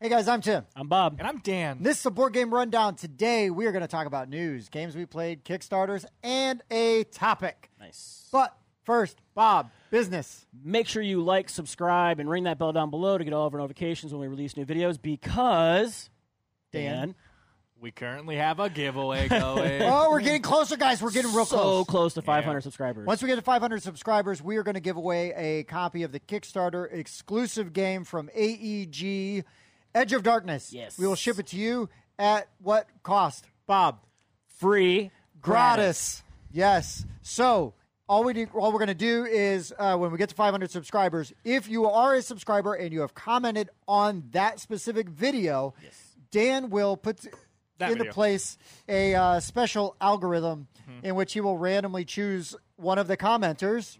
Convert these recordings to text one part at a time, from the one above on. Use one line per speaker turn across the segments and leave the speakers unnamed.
Hey guys, I'm Tim.
I'm Bob.
And I'm Dan.
This is the board game rundown. Today we are going to talk about news, games we played, Kickstarters, and a topic.
Nice.
But first, Bob, business.
Make sure you like, subscribe, and ring that bell down below to get all of our notifications when we release new videos because, Dan,
Dan.
We currently have a giveaway going.
Oh, we're getting closer, guys. We're getting real
so
close.
to 500 subscribers.
Once we get to 500 subscribers, we are going to give away a copy of the Kickstarter exclusive game from AEG, Edge of Darkness.
Yes.
We will ship it to you at what cost, Bob?
Free.
gratis. Yes. So all we do, all we're going to do is uh, when we get to 500 subscribers, if you are a subscriber and you have commented on that specific video, Dan will put
That
into
video. Mm-hmm.
place a uh, special algorithm in which he will randomly choose one of the commenters,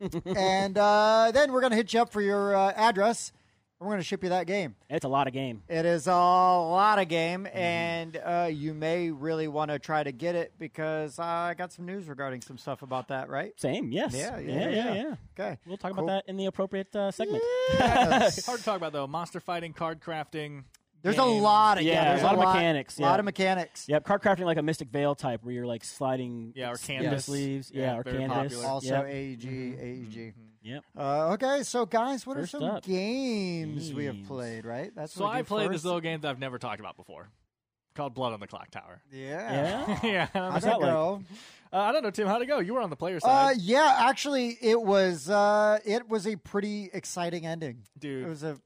and uh, then we're going to hit you up for your uh, address. and We're going to ship you that game.
It's a lot of game.
It is a lot of game,
Mm-hmm.
and uh, you may really want to try to get it because I got some news regarding some stuff about that, right?
Same, yes. yeah, yeah. yeah.
Okay,
We'll talk
Cool.
about that in the appropriate uh, segment.
It's hard to talk about though. Monster fighting, card crafting.
There's a
games.
lot of
Yeah,
there's
a lot of mechanics,
lot
yeah.
of mechanics.
Yep, card crafting like a Mystic Veil type where you're like sliding
Yeah, or
s-
canvas.
sleeves. Yeah,
Yeah,
or
very
canvas.
popular.
Also,
Yep. Mm-hmm.
AEG, AEG.
Yep.
Uh, okay, so guys, what
First
are some
up.
games we have
Games.
played? Right, that's
So
what we
I
do
played
first.
this little game that I've never talked about before, called Blood on the Clock Tower.
Yeah,
Yeah.
yeah,
how'd
I don't know.
that
that like?
go?
Uh, I don't know, Tim. How'd it go? You were on the player
Uh,
side,
yeah, actually, it was uh, it was a pretty exciting ending. It
dude.
was a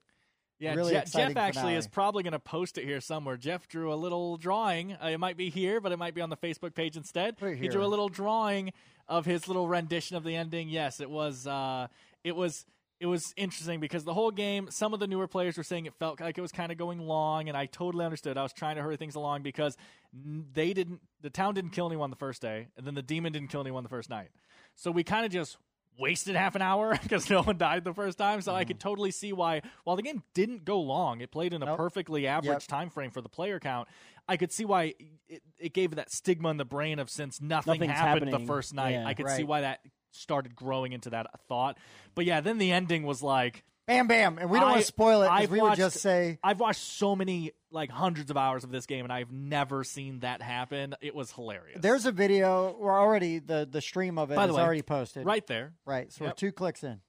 yeah,
really
Je-
exciting
Jeff actually
finale.
is probably going to post it here somewhere. Jeff drew a little drawing. Uh, it might be here, but it might be on the Facebook page instead.
Put it
He
here.
drew a little drawing of his little rendition of the ending. Yes, it was. Uh, it was. It was interesting because the whole game, some of the newer players were saying it felt like it was kind of going long, and I totally understood. I was trying to hurry things along because n- they didn't, the town didn't kill anyone the first day, and then the demon didn't kill anyone the first night. So we kind of just wasted half an hour because no one died the first time. So I could
Mm-hmm.
totally see why, while the game didn't go long, it played in a
Nope.
perfectly average
Yep.
time frame for the player count. I could see why it, it gave that stigma in the brain of since nothing
Nothing's
happened
happening.
the first night.
Yeah.
I could see
Right.
why that started growing into that thought. But yeah, then the ending was like
bam, bam, and we don't want
I-
to spoil it. 'cause
I've
we would
watched-
just say
I've watched so many like hundreds of hours of this game and I've never seen that happen. It was hilarious.
There's a video. We're already the the stream of it is
By the way,
already posted.
right there.
right. So
Yep.
we're two clicks in.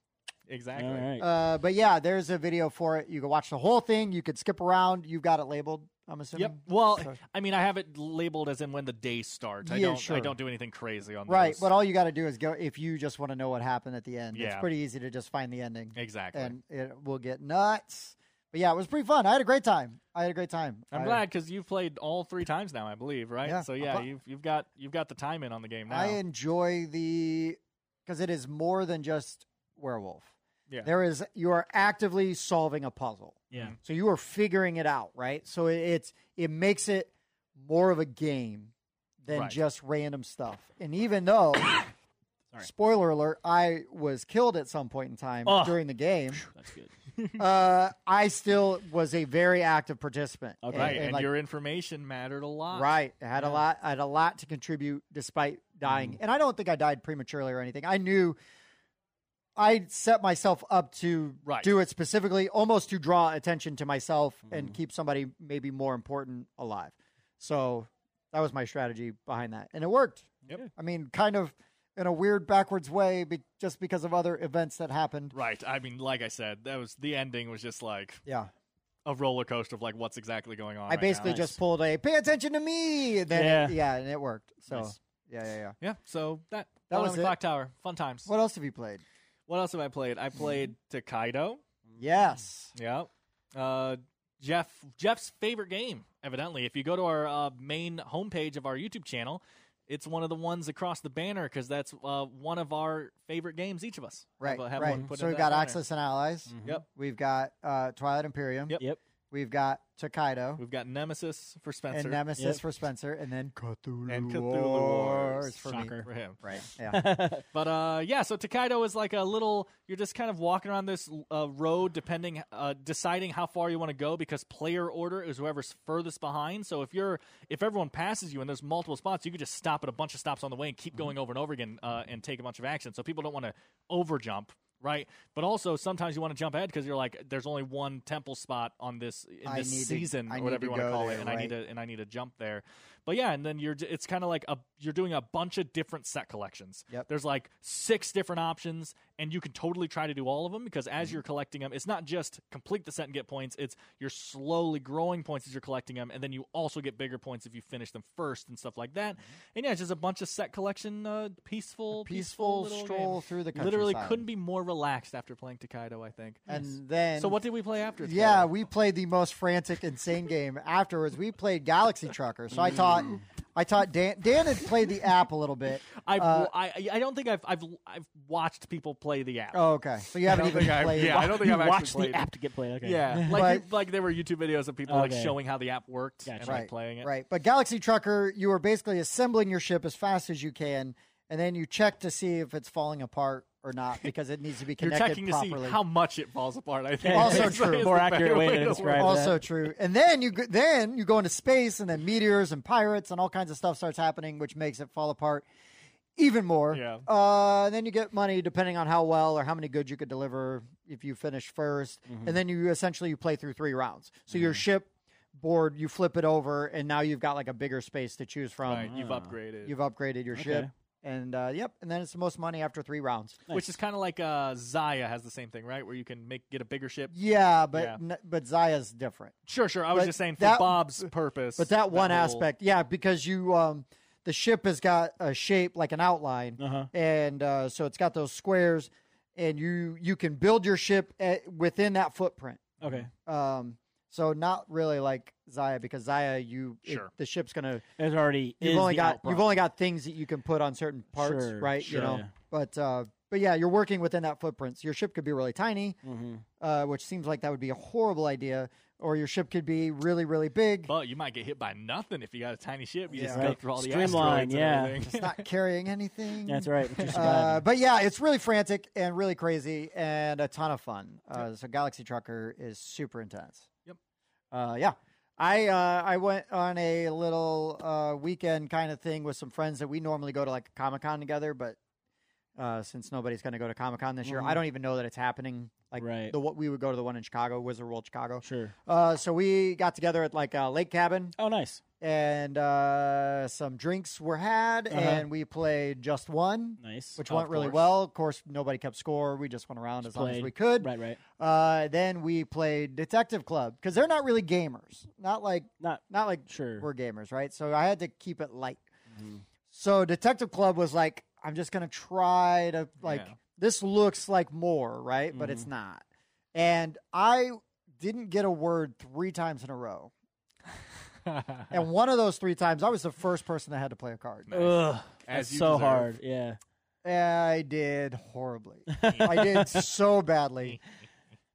Exactly.
All right.
Uh, but yeah, there's a video for it. You can watch the whole thing. You could skip around. You've got it labeled. I'm assuming.
Yep. Well,
So-
I mean, I have it labeled as in when the day starts. I
Yeah,
don't.
sure.
I don't do anything crazy on
Right,
those.
but all you got to do is go if you just want to know what happened at the end. It's
Yeah.
pretty easy to just find the ending,
exactly.
and it will get nuts. But yeah, it was pretty fun. I had a great time. I had a great time.
I'm
I-
glad because you've played all three times now, I believe. Right.
Yeah.
So
I'm
yeah,
fu-
you've you've got you've got the time in on the game now.
I enjoy the because it is more than just werewolf.
Yeah.
There is you are actively solving a puzzle.
yeah.
So you are figuring it out, right? So it, it's it makes it more of a game than
Right.
just random stuff. And even though, spoiler alert, I was killed at some point in time
Ugh.
during the game,
That's good.
uh, I still was a very active participant.
Okay.
Right. And,
like,
your information mattered a lot.
right, I had a lot. I had a lot to contribute despite dying, and I don't think I died prematurely or anything. I knew. I set myself up to
Right.
do it specifically, almost to draw attention to myself and keep somebody maybe more important alive. So that was my strategy behind that, and it worked.
Yep.
I mean, kind of in a weird backwards way, be- just because of other events that happened.
Right. I mean, like I said, that was the ending was just like
Yeah,
a roller coaster of like what's exactly going on.
I
right
basically
now.
just pulled a "pay attention to me." and Then yeah,
Yeah.
yeah, and it worked. So
Nice.
yeah, yeah, yeah.
Yeah. So that
That
Blood on
was
the
it.
clock tower. Fun times. What,
What else have you played?
else have I played? I played Takedo.
Yes.
Yeah. Uh, Jeff Jeff's favorite game, evidently. If you go to our uh, main homepage of our YouTube channel, it's one of the ones across the banner because that's uh, one of our favorite games. Each of us,
Right,
Have- have
right.
one put
So
in
we've
that
got
banner.
Axis and Allies.
Yep.
We've got uh, Twilight Imperium.
Yep.
Yep.
We've got Tokaido
We've got Nemesis for Spencer
and Nemesis
Yep.
for Spencer, and then Cthulhu,
and Cthulhu
Wars
Wars
for me.
Shocker.
for him.
Right. Yeah.
But uh, yeah, so Takedo is like a little. You're just kind of walking around this uh, road, depending, uh, deciding how far you want to go because player order is whoever's furthest behind. So if you're, if everyone passes you and there's multiple spots, you could just
Mm-hmm.
stop at a bunch of stops on the way and keep going over and over again uh, and take a bunch of action. So people don't want to over jump right? But also sometimes you want to jump ahead because you're like, there's only one temple spot on this in
I
this
need to-
season
I
or
need
whatever
to
you want to
go
call
there,
it, and I need
right.
to and I need to jump there. But yeah, and then you're j- it's kind of like a you're doing a bunch of different set collections.
Yep.
There's like six different options, and you can totally try to do all of them because
Mm-hmm.
as you're collecting them, it's not just complete the set and get points. It's you're slowly growing points as you're collecting them, and then you also get bigger points if you finish them first and stuff like that.
Mm-hmm.
And yeah, it's just a bunch of set collection, uh, peaceful,
Peaceful
little
stroll
game.
through the countryside.
Literally couldn't be more relaxed after playing Takedo, I think.
And then
so what did we play after?
Yeah,
Takedo?
we played the most frantic, insane game afterwards. We played Galaxy Trucker.
Mm.
So I taught, I taught Dan. Dan had played the app a little bit.
I've,
uh,
I I don't think I've I've I've watched people play the app.
Oh, okay. So you haven't even
think I've-
played.
yeah, I don't think
you
I've actually
watched
played
the
it.
app to get played. Okay.
Yeah, like
But-
like there were YouTube videos of people
Okay.
like showing how the app worked and
Gotcha.
like playing it.
Right. But Galaxy Trucker, you are basically assembling your ship as fast as you can, and then you check to see if it's falling apart or not because it needs to be
You're
connected
checking
properly.
to see how much it falls apart. I think
Also
is-
true.
is
More
the
accurate
better
way to
work
describe
it.
that.
also true. And then you go, then you go into space, and then meteors and pirates and all kinds of stuff starts happening, which makes it fall apart even more.
Yeah.
Uh, and then you get money depending on how well or how many goods you could deliver if you finish 1st
Mm-hmm.
and then you essentially you play through three rounds. So your ship board, you flip it over, and now you've got like a bigger space to choose from.
Right, you've
Uh-huh.
upgraded,
You've upgraded your ship. And uh, yep, and then it's the most money after three rounds.
which is kind of like uh, Zaya has the same thing, right? Where you can make get a bigger ship.
Yeah, but
Yeah.
N- but Zaya's different.
Sure, sure. I was
But
just saying for
that-
Bob's purpose,
But that one
whole-
aspect, yeah, because you um, the ship has got a shape like an outline,
Uh-huh.
and uh, so it's got those squares, and you you can build your ship at, within that footprint.
Okay.
Um, so not really like Zaya because Zaya, you it-
Sure.
the ship's gonna
There's already.
you've
is
only
the
got
outbreak.
you've only got things that you can put on certain parts,
Sure,
right?
sure,
you know,
yeah.
but uh, but yeah, you're working within that footprint. So your ship could be really tiny,
Mhm.
uh, which seems like that would be a horrible idea, or your ship could be really really big.
But you might get hit by nothing if you got a tiny ship. You
Yeah,
just go
right.
through all the
Streamline,
asteroids
yeah.
And everything.
It's not carrying anything.
That's right. Just
Uh,
about-
but yeah, it's really frantic and really crazy and a ton of fun. Uh, so Galaxy Trucker is super intense.
Yep.
Uh, yeah. I uh, I went on a little uh, weekend kind of thing with some friends that we normally go to like Comic Con together, but uh, since nobody's going to go to Comic Con this year, I don't even know that it's happening. Like
Mm-hmm. Right.
the what we would go to the one in Chicago, Wizard World Chicago.
sure.
Uh, so we got together at like a lake cabin
Oh, nice.
and uh, some drinks were had,
Uh-huh.
and we played just one,
Nice.
which
Of
went really
course.
well. Of course, nobody kept score. We just went around as long as
played.
we could.
Right. Right.
Uh, then we played Detective Club because they're not really gamers, not like
Not
not like
Sure.
we're gamers, right? So I had to keep it light. So Detective Club was like, I'm just gonna try to like
Yeah.
this looks like more, right? But it's not. And I didn't get a word three times in a row. and one of those three times, I was the first person that had to play a card.
Ugh.
As
That's
you
so
deserve.
hard. Yeah.
I did horribly. I did so badly.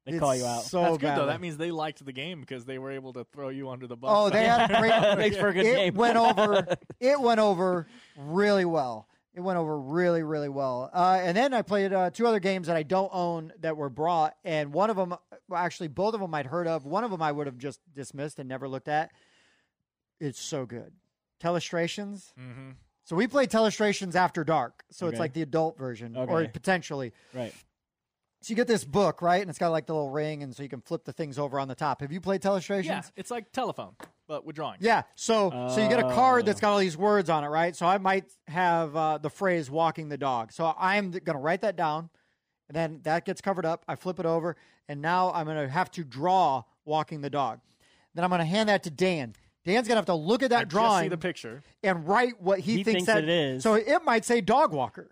They
Did
call you out.
So
That's good
badly.
though. That means they liked the game because they were able to throw you under the bus.
Oh, they had a great.
Makes for a good
it
game.
went over. It went over really well. It went over really, really well. Uh, and then I played uh, two other games that I don't own that were brought, and one of them, well, actually, both of them I'd heard of. One of them I would have just dismissed and never looked at. It's so good. Telestrations.
Mm-hmm.
hmm
So we play Telestrations after dark. So it's
Okay.
like the adult version, or
Okay.
potentially.
Right.
So you get this book, right? And it's got like the little ring, and so you can flip the things over on the top. Have you played Telestrations?
Yeah, it's like telephone, but with drawing.
Yeah. So so you get a card
Oh.
that's got all these words on it, right? So I might have uh, the phrase "walking the dog." So I'm th- going to write that down, and then that gets covered up. I flip it over, and now I'm going to have to draw "walking the dog." Then I'm going to hand that to Dan. Dan's going to have to look at that
I just
drawing
see the picture.
and write what he,
He
thinks,
thinks
that
it is.
So it might say dog walker,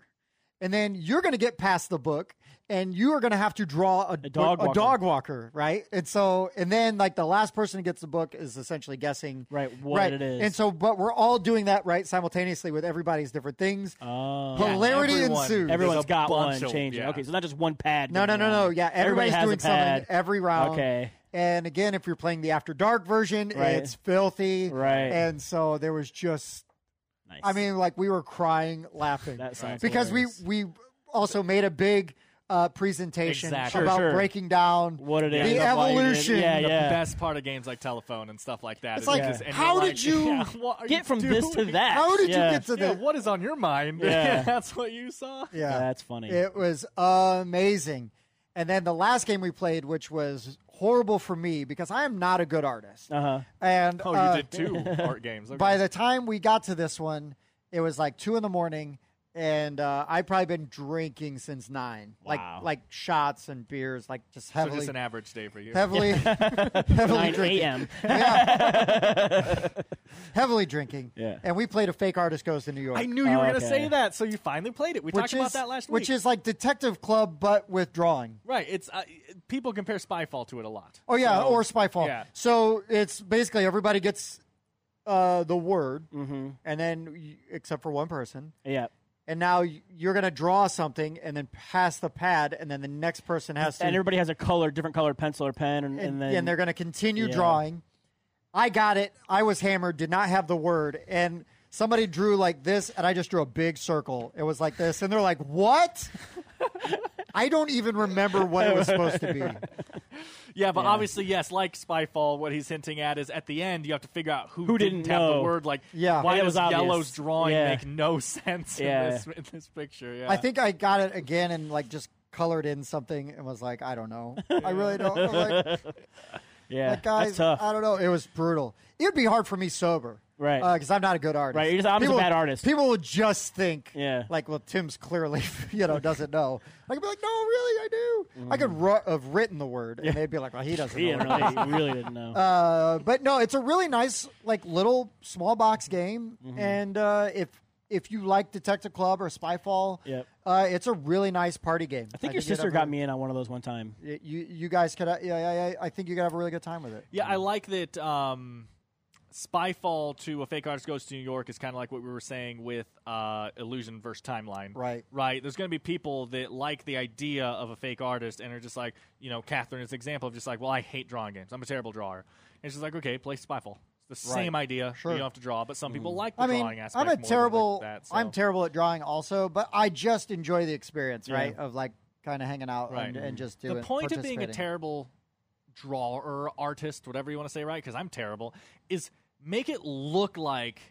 and then you're going to get past the book, and you are going to have to draw a,
dog
a
walker.
dog walker, right? And so, and then like the last person who gets the book is essentially guessing
Right, what it is.
And so, but we're all doing that right simultaneously with everybody's different things.
Oh.
Hilarity
everyone.
ensues.
Every-
Everyone's
a
got
bunch
one
of-
changing.
yeah.
Okay, so not just one pad.
no, no,
going
no,
around.
no. Yeah,
Everybody
everybody's
has
doing
a pad.
something every round.
Okay.
And again, if you're playing the after dark version,
Right.
it's filthy.
Right.
And so there was just
Nice.
I mean, like we were crying, laughing
That sounds
because we
hilarious.
we also made a big uh, presentation
Exactly. Sure,
about
sure.
breaking down
What it
the
is.
Yeah, why you did-
evolution.
yeah,
the
yeah.
best part of games like telephone and stuff like that.
It's
is
like,
because- and you're
how
like,
did you
yeah, what are
Get
you
from this to
doing?
that.
How did you
Yeah.
get to
Yeah,
the?
what is on your mind?
Yeah.
that's what you saw.
Yeah.
That's funny.
It was amazing. And then the last game we played, which was horrible for me because I am not a good artist.
Uh-huh.
And
Oh,
uh,
you did two art games. Okay.
by the time we got to this one, it was like two in the morning, and uh, I'd probably been drinking since nine,
Wow.
like like shots and beers, like just
so
heavily,
just an average day for you.
heavily, heavily
9
drinking,
a.m.
heavily drinking.
Yeah.
And we played a fake artist goes to New York.
I knew you
Oh,
were going to
okay.
say that, so you finally played it. We talked
is,
about that last week.
Which is like Detective Club, but with drawing.
right. It's uh, people compare Spyfall to it a lot.
Oh yeah,
So-
or Spyfall.
yeah.
So it's basically everybody gets uh, the word,
Mm-hmm.
and then y- except for one person,
Yeah.
and now y- you're gonna draw something, and then pass the pad, and then the next person has to,
And everybody has a color, different colored pencil or pen, and,
and,
and then
and they're gonna continue
Yeah.
drawing. I got it. I was hammered. Did not have the word, and somebody drew like this, and I just drew a big circle. It was like this, and they're like, "What?" I don't even remember what it was supposed to be.
Yeah, but obviously, yes, like Spyfall, what he's hinting at is at the end you have to figure out who,
Who
didn't,
didn't
have the
know.
word. Like,
Yeah.
why
Yeah, it
does
was obvious.
Yellow's drawing
Yeah.
make no sense
Yeah.
in, this, in this picture? Yeah,
I think I got it again and like just colored in something and was like, I don't know. I really don't. I'm like, like,
yeah, that's
guys,
tough.
I don't know. It was brutal. It would be hard for me sober.
Right.
Because I'm not a good artist.
Right, you're just- I'm just a
people,
bad artist.
People would just think,
Yeah.
like, well, Tim's clearly, you know, doesn't know. I could be like, no, really, I do. I
Mm.
could ru- have written the word and they'd be like, well, he doesn't
he
know. what
didn't
it is.
really, he really didn't know.
Uh, but no, it's a really nice, like little small box game,
Mm-hmm.
and uh, if if you like Detective Club or Spyfall,
Yep.
uh, it's a really nice party game.
I think your sister got me in on one of those one time.
You you guys could, yeah, yeah, yeah, I think you could have a really good time with it.
Yeah, I like that. Um, Spyfall to a fake artist goes to New York is kind of like what we were saying with uh, Illusion versus Timeline.
Right.
Right. There's going to be people that like the idea of a fake artist and are just like, you know, Catherine is an example of just like, well, I hate drawing games. I'm a terrible drawer. And she's like, okay, play Spyfall. It's the
Right.
same idea.
Sure. Mm-hmm.
You don't have to draw, but some people like the
I mean,
drawing aspect.
I'm
more
a
than
terrible,
like that, so.
I'm terrible at drawing also, but I just enjoy the experience, right? Of like kind of hanging out
Right. Mm-hmm.
and, and just doing.
the point of being a
participating.
terrible drawer artist whatever you want to say right because i'm terrible is make it look like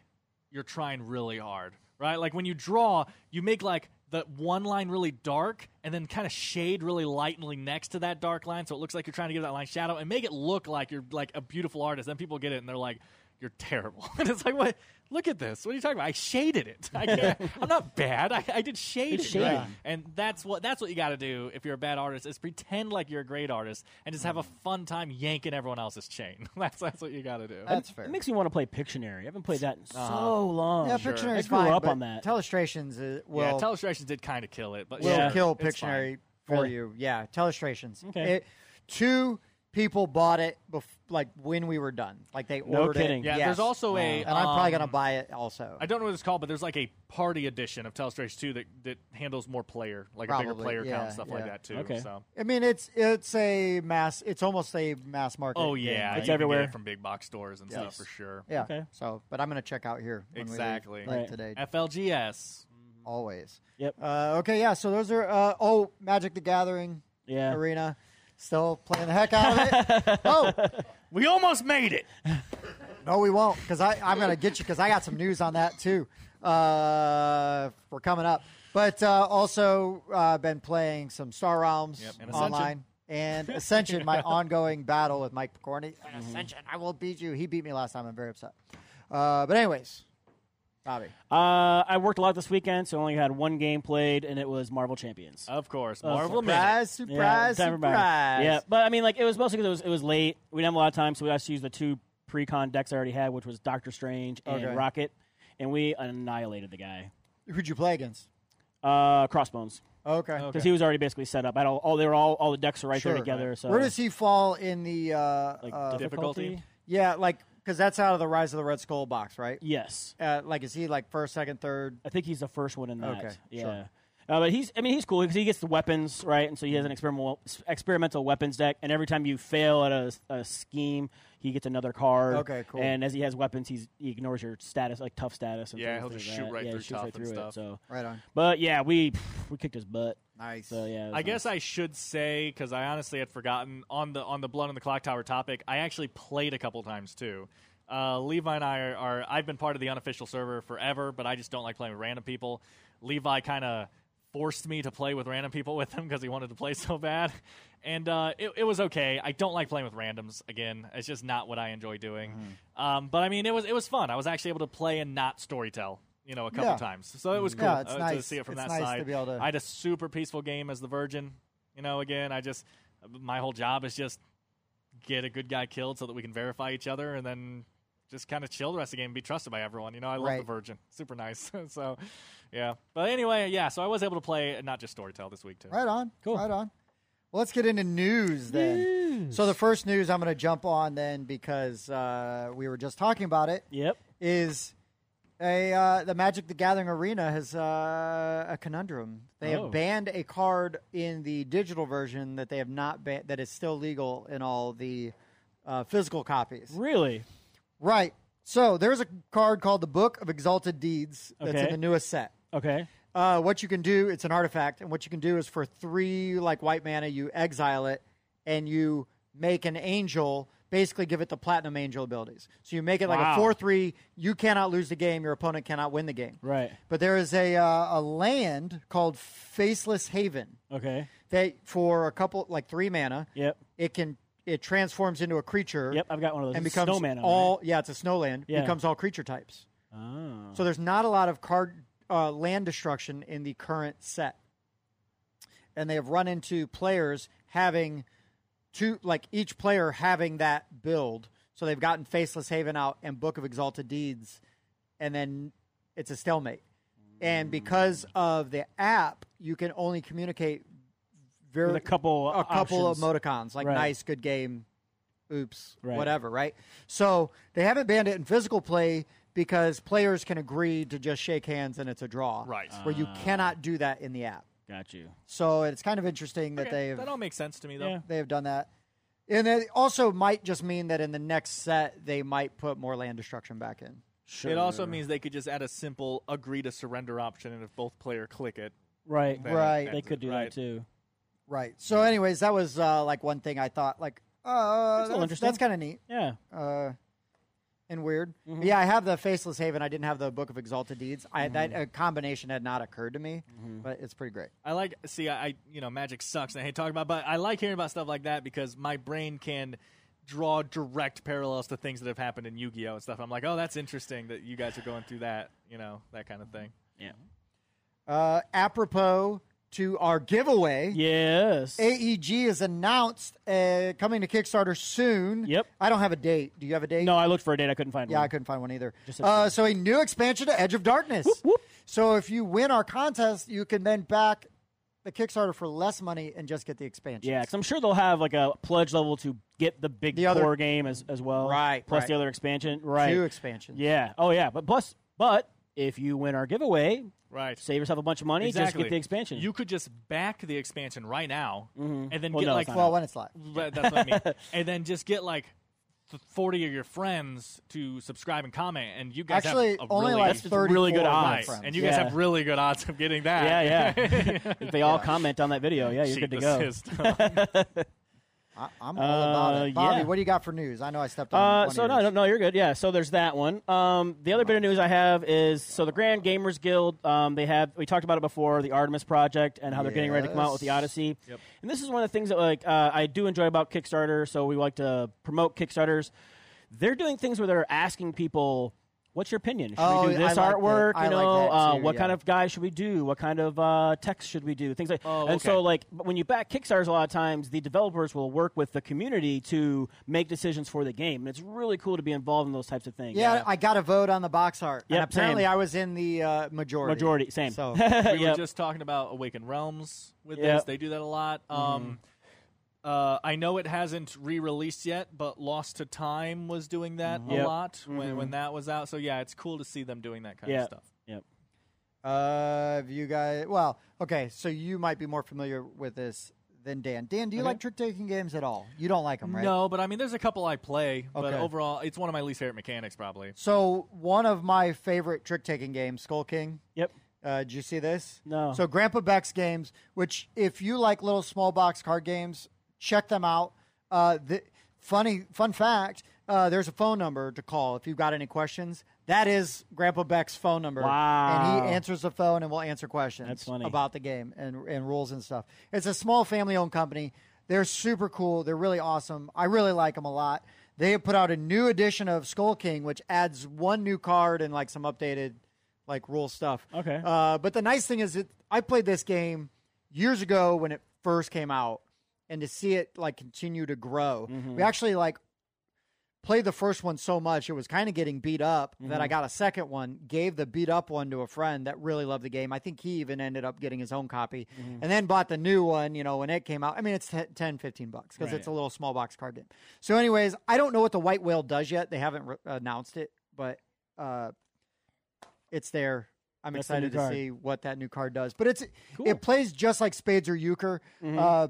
you're trying really hard right like when you draw you make like the one line really dark and then kind of shade really lightly next to that dark line so it looks like you're trying to give that line shadow and make it look like you're like a beautiful artist then people get it and they're like you're terrible and it's like what look at this what are you talking about i shaded it I can't, i'm not bad i, I did shade
It's
it
shading.
right? And that's what that's what you got to do if you're a bad artist is pretend like you're a great artist and just have a fun time yanking everyone else's chain. that's that's what you got to do.
That's fair. Uh-huh.
It makes me want to play Pictionary. I haven't played that in so long.
yeah,
I
Pictionary's
grew
fine,
up
but
on that.
Telestrations uh, will
yeah, Telestrations did kind of kill it, but
will
yeah,
kill
it's fine.
Pictionary for
Really?
you. Yeah, telestrations.
Okay.
It- two people bought it bef- like when we were done. Like they
No
ordered
kidding.
it.
Yeah,
Yes.
there's also a
and I'm probably gonna
um,
buy it also.
I don't know what it's called, but there's like a party edition of Telestrations 2 that, that handles more player, like a bigger
Probably,
player count
yeah,
and stuff like
yeah.
that too.
Okay.
So.
I mean, it's it's a mass. It's almost a mass market.
Oh
game,
yeah,
right?
It's
you can get it
everywhere.
from big box stores and stuff for sure.
Yeah.
Okay.
So, but I'm gonna check out here when we leave,
Exactly.
like
Right.
today,
FLGS.
always.
Yep.
Uh, okay. Yeah. So those are. Uh, oh, Magic the Gathering
Yeah.
arena. Still playing the heck out of it. oh,
We almost made it.
No, we won't, because I'm going to get you because I got some news on that too. Uh, we're coming up, but uh, also uh, been playing some Star Realms
Yep, and Ascension.
online and Ascension, my ongoing battle with Mike Picorni. Ascension, I will beat you. He beat me last time. I'm very upset. Uh, but anyways, Bobby,
Uh, I worked a lot this weekend, so I only had one game played, and it was Marvel Champions.
Of course, Marvel Minute.
surprise, Uh, surprise,
yeah, time for Bobby.
surprise.
Yeah, but I mean, like it was mostly because it was it was late. We didn't have a lot of time, so we just used the two pre-con decks I already had, which was Doctor Strange and
Okay.
Rocket, and we annihilated the guy.
Who'd you play against?
Uh, Crossbones,
Okay.
because he was already basically set up. I don't. All they were all all the decks are right there together. So
Where does he fall in the? Uh,
like
uh,
difficulty?
difficulty?
yeah, like because that's out of the Rise of the Red Skull box, right?
Yes,
Uh, like is he like first, second, third?
I think he's the first one in that.
Okay,
yeah.
sure.
Uh, but he's, I mean, he's cool because he gets the weapons right, and so he has an experimental experimental weapons deck. And every time you fail at a, a scheme, he gets another card.
Okay, cool.
And as he has weapons, he's, he ignores your status, like tough status. And
Yeah,
things
he'll just
like
shoot
that.
right
yeah,
through
he shoots
tough
right
and
through it.
stuff.
So,
Right on.
but yeah, we we kicked his butt.
Nice.
So yeah, it was
I
nice.
guess I should say because I honestly had forgotten on the on the blood on the clock tower topic. I actually played a couple times too. Uh, Levi and I are, are I've been part of the unofficial server forever, but I just don't like playing with random people. Levi kind of forced me to play with random people with him because he wanted to play so bad, and uh, it, it was okay. I don't like playing with randoms again. It's just not what I enjoy doing.
Mm-hmm.
Um, but I mean, it was it was fun. I was actually able to play and not storytell. You know, a couple
Yeah.
times, so it was cool
Yeah, it's
uh, to
nice.
see it from
It's
that
nice to
side.
be able to-
I had a super peaceful game as the Virgin. You know, again, I just my whole job is just get a good guy killed so that we can verify each other, and then just kind of chill the rest of the game, and be trusted by everyone. You know, I love the
Right.
Virgin, super nice. so, yeah. But anyway, yeah. So I was able to play and not just Storytel this week too.
Right on.
Cool.
Right on. Well, let's get into news then. So the first news I'm going to jump on then because uh, we were just talking about it
Yep.
is a uh, the Magic the Gathering arena has uh, a conundrum. They
Oh.
have banned a card in the digital version that they have not ban- that is still legal in all the uh, physical copies.
Really?
Right. So there's a card called the Book of Exalted Deeds that's
Okay.
in the newest set.
Okay.
Uh, what you can do, it's an artifact, and what you can do is for three like white mana, you exile it and you make an angel, basically give it the platinum angel abilities. So you make it like
Wow.
a four three. You cannot lose the game. Your opponent cannot win the game.
Right.
But there is a uh, a land called Faceless Haven
Okay.
that for a couple like three mana,
Yep.
it can it transforms into a creature.
Yep. I've got one of those.
And
It's
becomes
snowman. on it.
all yeah, it's a snowland.
Yeah.
Becomes all creature types.
Oh.
So there's not a lot of card uh, land destruction in the current set, and they have run into players having two, like each player having that build. So they've gotten Faceless Haven out and Book of Exalted Deeds, and then it's a stalemate. And because of the app, you can only communicate very
With a couple.
a couple
options.
of emoticons, like
Right.
nice, good game, oops,
Right.
whatever, right? So they haven't banned it in physical play because players can agree to just shake hands and it's a draw.
Right.
Where you
Ah.
cannot do that in the app.
Got you.
So it's kind of interesting that
Okay,
they've
that all makes sense to me though.
Yeah.
they have done that. And it also might just mean that in the next set they might put more land destruction back in.
Sure.
It also means they could just add a simple agree to surrender option, and if both player click it,
right.
then
Right.
that's
They could
it,
do
right?
that too.
Right. So anyways, that was uh, like one thing I thought like uh
That's a little
that's,
interesting.
that's kind of neat.
Yeah.
uh, and weird.
Mm-hmm.
Yeah, I have the Faceless Haven. I didn't have the Book of Exalted Deeds. I, That
Mm-hmm.
uh combination had not occurred to me, but it's pretty great.
I like see I, I you know magic sucks and I hate talking about, but I like hearing about stuff like that because my brain can draw direct parallels to things that have happened in Yu-Gi-Oh and stuff. I'm like, oh, that's interesting that you guys are going through that, you know, that kind of thing.
Yeah.
Uh, apropos to our giveaway,
Yes.
AEG is announced uh, coming to Kickstarter soon.
Yep.
I don't have a date. Do you have a date?
No, I looked for a date. I couldn't find
Yeah,
one.
I couldn't find one either.
Just a-
Uh, so a new expansion to Edge of Darkness.
whoop.
So if you win our contest, you can then back the Kickstarter for less money and just get the expansion.
Yeah, because I'm sure they'll have like a pledge level to get the big
The
core
other-
game as, as well.
Right,
Plus
right.
the other expansion. Right.
Two expansions.
Yeah. Oh yeah. But plus, but if you win our giveaway,
Right.
save yourself a bunch of money. Just
Exactly.
get the expansion. Mm-hmm.
You could just back the expansion right now and then
Well,
get
no,
like
it's
Well, when it's live.
But that's what I mean. and then just get like th- 40 of your friends to subscribe and comment and you guys
Actually,
have a
only
really
like
just
34
really good
of my
odds.
friends.
and you guys
Yeah.
have really good odds of getting that.
yeah, yeah. if they all comment on that video, yeah, you're
Cheat
good to
the
go.
system.
I, I'm all about
Uh,
it. Bobby,
yeah.
what do you got for news? I know I stepped on.
Uh,
one
so
of
no, no,
yours.
no, you're good. Yeah. So there's that one. Um, the other bit of news I have is so the Grand Gamers Guild. Um, they have we talked about it before the Artemis Project and how they're getting ready to come out with the
Yes.
Odyssey. And this is one of the things that like uh, I do enjoy about Kickstarter. So we like to promote Kickstarters. They're doing things where they're asking people. What's your opinion? Should
Oh,
we do
I like
this
that.
artwork?
I
you
like
know,
that
uh,
too,
what kind
yeah.
of guy should we do? What kind of uh, text should we do? Things like
Oh,
and so
okay.
like but when you back Kickstarters, a lot of times the developers will work with the community to make decisions for the game, and it's really cool to be involved in those types of things.
Yeah, I got a vote on the box art, and
Yep,
apparently
same.
I was in the uh, majority.
majority same.
So
we
Yep.
were just talking about Awakened Realms with
Yep. Mm-hmm.
this. They do that a lot. Um, uh, I know it hasn't re-released yet, but Lost to Time was doing that a
Yep.
lot when,
Mm-hmm.
when that was out. So yeah, it's cool to see them doing that kind
yeah,
of stuff.
yep.
uh, if you guys, well, okay, so you might be more familiar with this than Dan. Dan, do you like trick taking games at all? You don't like them, right?
No, but I mean, there's a couple I play, but
Okay.
overall, it's one of my least favorite mechanics probably.
So one of my favorite trick taking games, Skull King.
Yep.
Uh, did you see this?
No.
So Grandpa Beck's games, which if you like little small box card games, check them out. Uh, the, funny fun fact: uh, there's a phone number to call if you've got any questions. That is Grandpa Beck's phone number.
Wow.
And he answers the phone and will answer questions
That's funny.
about the game and, and rules and stuff. It's a small family owned company. They're super cool. They're really awesome. I really like them a lot. They have put out a new edition of Skull King, which adds one new card and like some updated like rule stuff.
Okay.
Uh, but the nice thing is that I played this game years ago when it first came out, and to see it like continue to grow, we actually like played the first one so much it was kind of getting beat up that I got a second one, gave the beat up one to a friend that really loved the game. I think he even ended up getting his own copy and then bought the new one, you know, when it came out. I mean, it's te- 10 15 bucks cuz it's a little small box card game. So anyways, I don't know what the white whale does yet. They haven't re- announced it, but uh it's there. I'm
That's the new
excited to
card.
see what that new card does. But it's
Cool. Mm-hmm.
it plays just like spades or euchre. Uh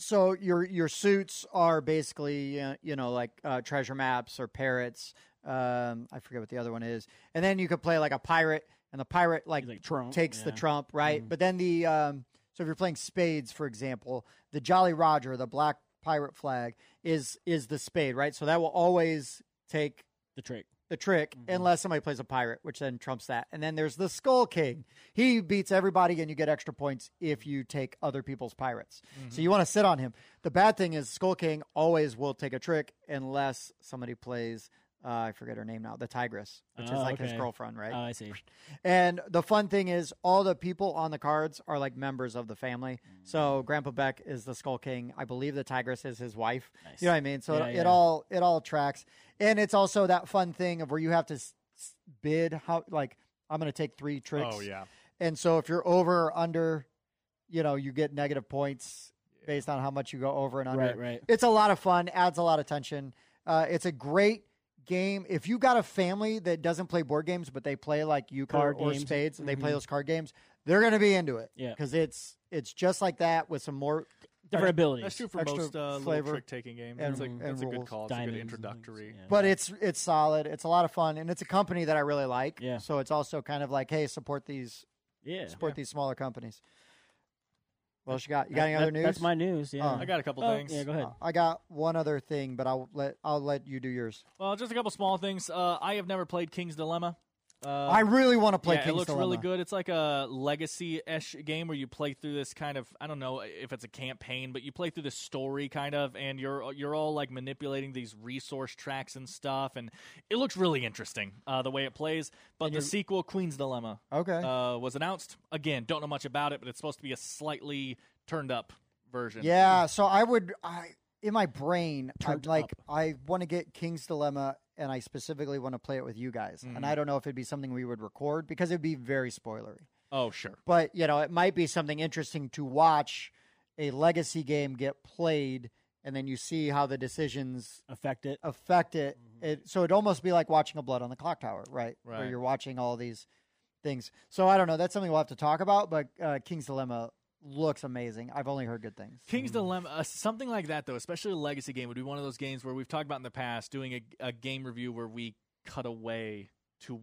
so your your suits are basically uh, you know like uh, treasure maps or parrots. Um, I forget what the other one is, and then you could play like a pirate, and the pirate like,
He's like Trump,
takes the
yeah. Mm-hmm.
trump, right? But then the um, so if you're playing spades, for example, the Jolly Roger, the black pirate flag, is is the spade, right? So that will always take
the trick.
the trick
Mm-hmm.
unless somebody plays a pirate, which then trumps that. And then there's the Skull King. He beats everybody, and you get extra points if you take other people's pirates.
Mm-hmm.
So you want to sit on him. The bad thing is Skull King always will take a trick unless somebody plays. Uh, I forget her name now. The Tigress, which is
Oh,
like his
okay.
girlfriend, right?
Oh, I see.
And the fun thing is, all the people on the cards are like members of the family.
Mm.
So Grandpa Beck is the Skull King. I believe the Tigress is his wife. You know what I mean? So
Yeah,
it,
yeah.
it all it all tracks, and it's also that fun thing of where you have to s- s- bid how like I'm going to take three tricks.
Oh yeah.
And so if you're over or under, you know you get negative points based on how much you go over and under.
Right, right.
It's a lot of fun. Adds a lot of tension. Uh, it's a great game. If you got a family that doesn't play board games, but they play like euchre
Card
or
games. Mm-hmm.
spades, and they play those card games, they're going to be into it.
Yeah.
because it's it's just like that with some more.
Different abilities.
That's true for
Extra
most uh,
flavor
little trick taking games.
and-
That's, like,
and
that's a good
rules.
call. It's a good
Diamonds and things,
introductory.
yeah.
But it's it's solid. It's a lot of fun, and it's a company that I really like.
Yeah.
So it's also kind of like, hey, support these
yeah.
support these smaller companies. What else you got? You got any
That-
other news? Uh,
That's my news. Yeah.
Oh.
I got a couple
Oh,
things.
Yeah, go ahead.
I got one other thing, but I'll let I'll let you do yours.
Well, just a couple small things. Uh, I have never played King's Dilemma. Uh,
I really want to play.
yeah,
King's
it looks
Dilemma.
really good. It's like a legacy ish game where you play through this kind of I don't know if it's a campaign, but you play through the story kind of, and you're you're all like manipulating these resource tracks and stuff, and it looks really interesting uh, the way it plays. But the sequel, Queen's Dilemma,
Okay.
uh, was announced. Again, don't know much about it, but it's supposed to be a slightly turned up version.
Yeah, so I would I in my brain I'm like I want to get King's Dilemma and I specifically want to play it with you guys. And I don't know if it'd be something we would record because it'd be very spoilery.
Oh sure.
But, you know, it might be something interesting to watch a legacy game get played and then you see how the decisions
Affect it.
affect it. it so it'd almost be like watching a blood on the clock tower, right? Where
Right.
you're watching all these things. So I don't know, that's something we'll have to talk about, but uh, King's Dilemma looks amazing. I've only heard good things.
King's Dilemma, uh, something like that, though, especially a legacy game, would be one of those games where we've talked about in the past doing a, a game review where we cut away to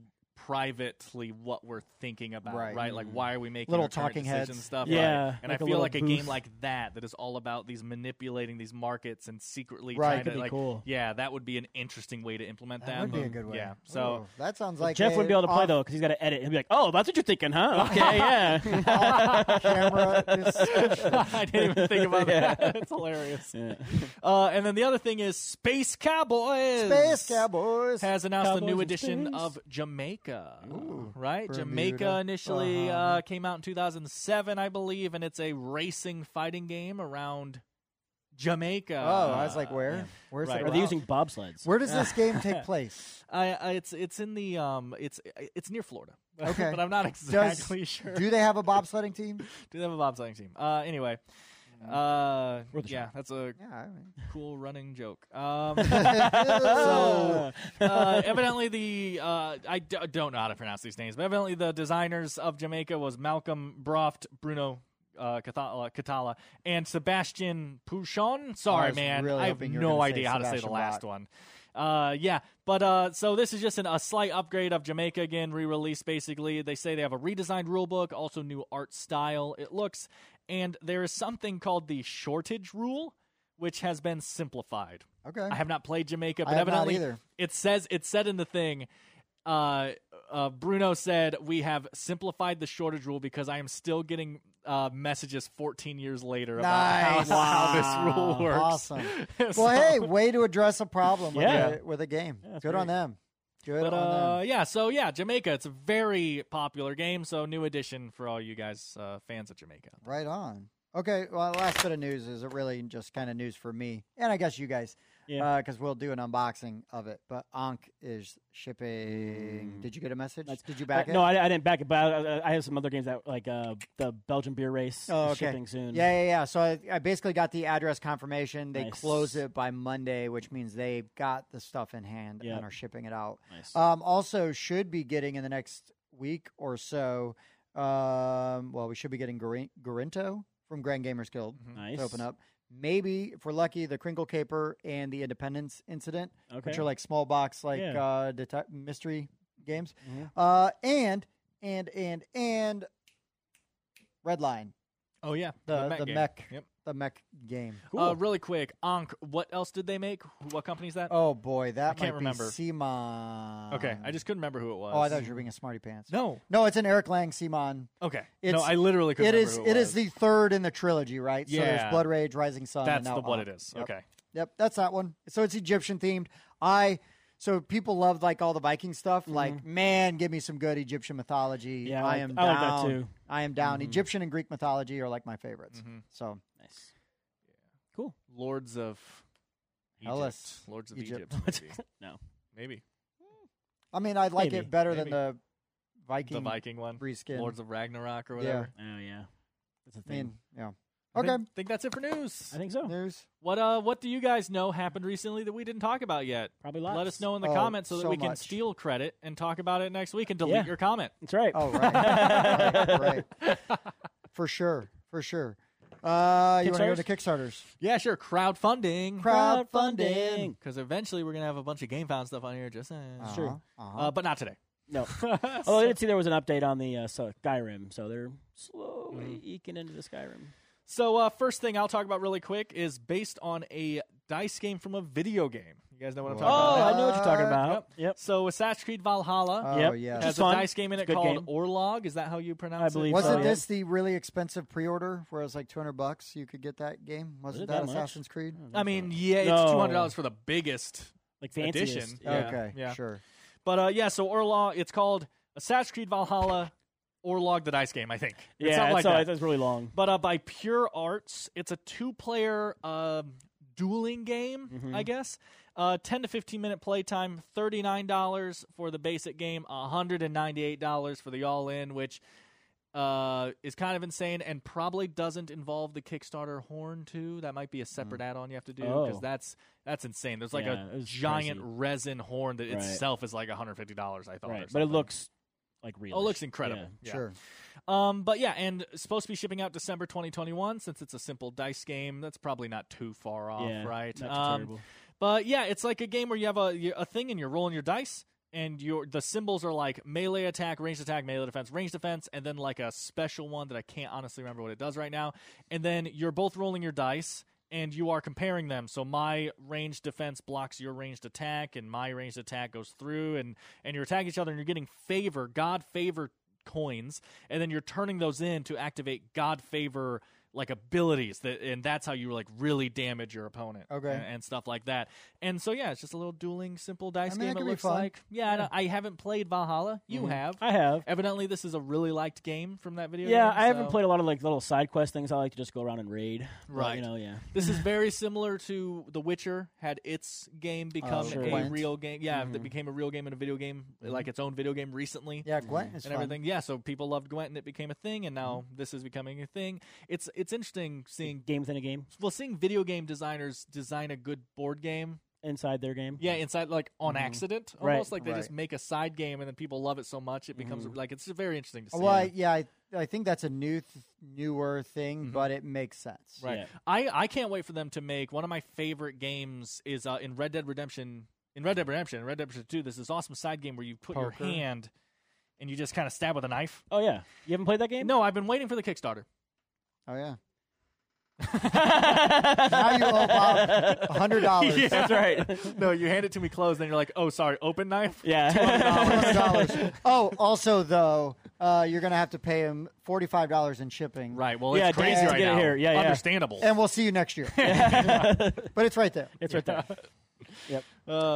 privately what we're thinking about,
Right. Mm-hmm.
right? Like, why are we making
Little
our current
talking
decisions
heads.
and stuff?
Yeah,
right?
like
and
a
I feel
little
like a
booth.
game like that that is all about these manipulating these markets and secretly
Right.
trying
Could
to
be
like,
cool.
yeah, that would be an interesting way to implement that.
That would be a
Um,
good way.
Yeah, so.
Ooh, that sounds like
Jeff wouldn't be
a
able to play
off-
though because he's got to edit. He'll be like, "Oh, that's what you're thinking, huh? Okay, yeah."
camera. discussion.
I didn't even think about
Yeah.
that. It's hilarious.
Yeah.
Uh, and then the other thing is Space Cowboys.
Space Cowboys.
has announced the
Cowboys
new
in
edition
space.
of Jamaica. right?
Bermuda.
Jamaica initially
Uh-huh.
uh, came out in 2007, I believe, and it's a racing fighting game around Jamaica.
oh, I was like, where?
yeah.
Where's
uh, Right.
the
Are they using bobsleds?
Where does this game take place?
I, Uh, I, it's it's in the um it's it's near Florida.
Okay.
but I'm not exactly sure.
Do they have a bobsledding team?
Do they have a bobsledding team? Uh, anyway,
Mm-hmm.
uh,
We're the
yeah, that's a
Yeah. I mean.
cool running joke. Um, so uh, evidently the uh, I d- don't know how to pronounce these names, but evidently the designers of Jamaica was Malcolm Broft, Bruno. Uh, Catala, Catala and Sebastian Pouchon. Sorry,
was
man,
really
I have
hoping you were
no
gonna say
idea how to say the
Sebastian
last
Bach.
one. Uh, yeah, but uh, so this is just an, a slight upgrade of Jamaica again, re-released basically. They say they have a redesigned rulebook, also new art style. It looks, and there is something called the shortage rule, which has been simplified.
Okay.
I have not played Jamaica, but
I have not
evidently
either.
it says it said in the thing. Uh, uh, Bruno said we have simplified the shortage rule because I am still getting uh, messages 14 years later about
Nice.
how, how this rule works.
Awesome.
So-
Well, hey, way to address a problem with,
Yeah.
a, with a game.
that's
Good on
great.
them. Good
But
on
uh,
them.
yeah, so yeah, Jamaica. It's a very popular game, so new addition for all you guys uh, fans of Jamaica.
Right on. Okay, well, last bit of news is uh, really just kind of news for me, and I guess you guys,
Yeah.
because we'll do an unboxing of it. But Ankh is shipping. Did you get a message? Did you back it?
Uh, Mm. No, I, I didn't back it, but I, I- I have some other games that like uh, the Belgian beer race
Oh,
is
okay.
shipping soon.
Yeah, yeah, yeah. So I, I basically got the address confirmation. They
Nice.
close it by Monday, which means they got the stuff in hand
Yep.
and are shipping it out.
Nice.
Um, also, should be getting in the next week or so. Um, well, we should be getting Gorin- Gorinto from Grand Gamers Guild
nice.
to open up. Maybe, if we're lucky, the Crinkle Caper and the Independence Incident, which
Okay.
are like small box, like
Yeah.
uh, deti- mystery games.
Mm-hmm.
Mhm.
Uh, and and and and Redline,
Oh yeah,
the the mech,
game. Yep.
the mech game.
Cool.
Uh, really quick, Ankh. What else did they make? Who- What company is that?
Oh boy, that
can't
might
remember.
be Simon.
okay, I just couldn't remember who it was.
Oh, I thought you were being a smarty pants.
no.
No, it's an Eric Lang Simon.
Okay, no,
It's-
I literally couldn't.
It
remember
is.
Who
It
it,
is
was.
the third in the trilogy, right? So
Yeah.
there's Blood Rage, Rising Sun.
That's
and now
the what
Ankh.
it is.
Yep.
Okay.
Yep, that's that one. So it's Egyptian themed. I so people love like all the Viking stuff. Like, man, give me some good Egyptian mythology.
Mm-hmm. Yeah, I
I
like-
am
I like
down.
that too. Mm-hmm.
I am down. Egyptian and Greek mythology are like my favorites. So
nice.
Lords of Egypt.
Hellas.
Lords of Egypt.
Egypt.
maybe.
No.
maybe
I mean, I like
Maybe,
it better
maybe.
than the Viking,
the Viking one.
reskin.
Lords of Ragnarok or whatever.
Oh yeah, that's a
I
thing.
mean, yeah.
I
Okay,
Think, think that's it for news.
I think so.
news.
What uh, what do you guys know happened recently that we didn't talk about yet?
Probably lots.
Let us know in the
Oh,
comments so, that
so
we can
much.
steal credit and talk about it next week and delete
Yeah.
your comment.
That's right.
Oh, right. right, right. For sure. For sure. Uh, you want to go
Kickstarters?
to Kickstarters?
Yeah, sure. Crowdfunding.
Crowdfunding.
Because eventually we're gonna have a bunch of GameFound stuff on here. Just saying.
Uh-huh, Oh,
true.
uh-huh.
Uh, but not today.
No. Although I did see there was an update on the uh, so- Skyrim, so they're slowly
Mm-hmm.
eking into the Skyrim.
So uh, first thing I'll talk about really quick is based on a dice game from a video game. You guys know what I'm
Oh,
Oh,
talking about?
I know what you're talking
What?
about. Yep.
So Assassin's Creed Valhalla
Oh,
yep.
yeah.
Which
Has
is
has a
fun.
dice game in
It's
it
a good
called
game.
Orlog. Is that how you pronounce
I
it?
believe
Wasn't
so, yeah.
this the really expensive pre-order where it was like 200 bucks? You could get that game. Wasn't
it
that,
that much?
Assassin's Creed?
I mean, yeah, it's
No.
two hundred dollars for the biggest
Like fanciest.
edition.
Yeah.
Yeah,
okay,
yeah.
sure.
But uh, yeah, so Orlog, it's called Assassin's Creed Valhalla Orlog the Dice Game, I think. It's
Yeah,
something like
so
that.
that's really long.
But uh, by Pure Arts, it's a two player um, dueling game,
Mm-hmm.
I guess. Uh, 10 to 15 minute playtime, $39 for the basic game, $198 for the all in, which uh, is kind of insane and probably doesn't involve the Kickstarter horn too. That might be a separate add-on you have to do because
Oh.
that's that's insane. There's like
Yeah, it
a
was
giant
crazy.
resin horn that
Right.
itself is like $150. I thought, or
Right. But it
something.
looks like real.
oh, it looks incredible. Yeah.
Sure.
Um, but yeah, and it's supposed to be shipping out December 2021 since it's a simple dice game. That's probably not too far off,
yeah,
right?
Not too
um,
terrible.
But yeah, it's like a game where you have a you- a thing and you're rolling your dice, and your the symbols are like melee attack, ranged attack, melee defense, ranged defense, and then like a special one that I can't honestly remember what it does right now. And then you're both rolling your dice. And you are comparing them, so my ranged defense blocks your ranged attack, and my ranged attack goes through, and and you're attacking each other, and you're getting favor, God favor coins, and then you're turning those in to activate God favor like abilities that, and that's how you like really damage your opponent.
Okay.
and, and stuff like that. And so yeah, it's just a little dueling, simple dice
mean, that
game. It
could be
looks
fun.
like yeah. I, don't- I haven't played Valhalla. You
Mm-hmm.
have.
I have.
Evidently, this is a really liked game from that video.
Yeah,
game,
I haven't
so-
played a lot of like little side quest things. I like to just go around and raid. But,
Right.
you know, yeah.
This is very similar to The Witcher had its game become
Oh, sure.
a
Gwent.
real game. Yeah, that became a real game and a video game, like its own video game recently.
Yeah, Gwent is fun.
and
Mm-hmm.
everything. Yeah, so people loved Gwent and it became a thing, and now this is becoming a thing. It's it's interesting seeing
Game within a game
well seeing video game designers design a good board game.
inside their game.
Yeah, inside like on accident,
Right.
almost like they just
Mm-hmm. Right. Mm-hmm.
make a side game and then people love it so much it becomes like it's very interesting to see.
Well, I, yeah, I, I think that's a new, th- newer thing, but it makes sense.
Mm-hmm. Right.
Yeah.
I, I can't wait for them to make one of my favorite games is uh, in Red Dead Redemption in Red Dead Redemption, Red Dead Redemption Two, there's this awesome side game where you put
Poker.
your hand and you just kind of stab with a knife.
Oh yeah, you haven't played that game?
No, I've been waiting for the Kickstarter.
Oh yeah. now you owe Bob hundred dollars.
Yeah.
that's right.
no, you hand it to me closed, then you're like, oh, sorry, open knife.
yeah.
oh, also though, uh, you're gonna have to pay him forty five dollars in shipping.
Right. Well, it's
Yeah,
crazy
Dan, let's
right
get it
now.
here. Yeah, yeah.
Understandable.
And we'll see you next year. but it's right there.
it's right there.
Uh,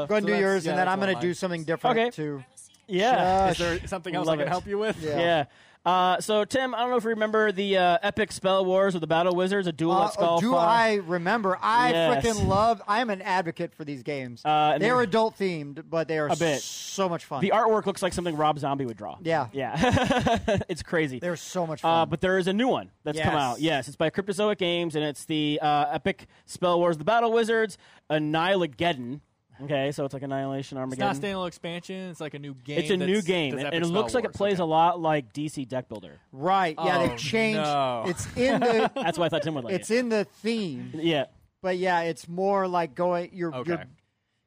Go
so
and do
that's-
yours,
yeah,
and then
that's
I'm gonna
online.
do something different
Okay.
too.
Yeah.
Uh,
Is there something else I
Love
can
it.
help you with?
Yeah.
Yeah. Uh, so Tim, I don't know if you remember the uh, epic Spell Wars with the Battle Wizards, a duel
Uh,
at Skull.
do I remember? I
Yes.
freaking love. I am an advocate for these games.
Uh, and
they
then-
are adult themed, but they are
A bit.
so much fun.
The artwork looks like something Rob Zombie would draw.
Yeah.
Yeah. it's crazy.
They're so much fun.
Uh,
Um,
but there is a new one that's come
Yes.
out. Yes, it's by Cryptozoic Games, and it's the uh, epic Spell Wars: The Battle Wizards Annihilageddon. Okay, so it's like Annihilation
It's not a
Armageddon.
standalone expansion. It's like a new game.
It's a new
that's-
game,
that's
and,
Epic
and it looks
Spell
like it
Wars.
plays
Okay.
a lot like DC Deck Builder.
right? Yeah,
Oh,
they've changed.
no.
It's in the.
That's why I thought Tim would like
it's
it.
in the theme,
Yeah,
but yeah, it's more like going. You're
Okay.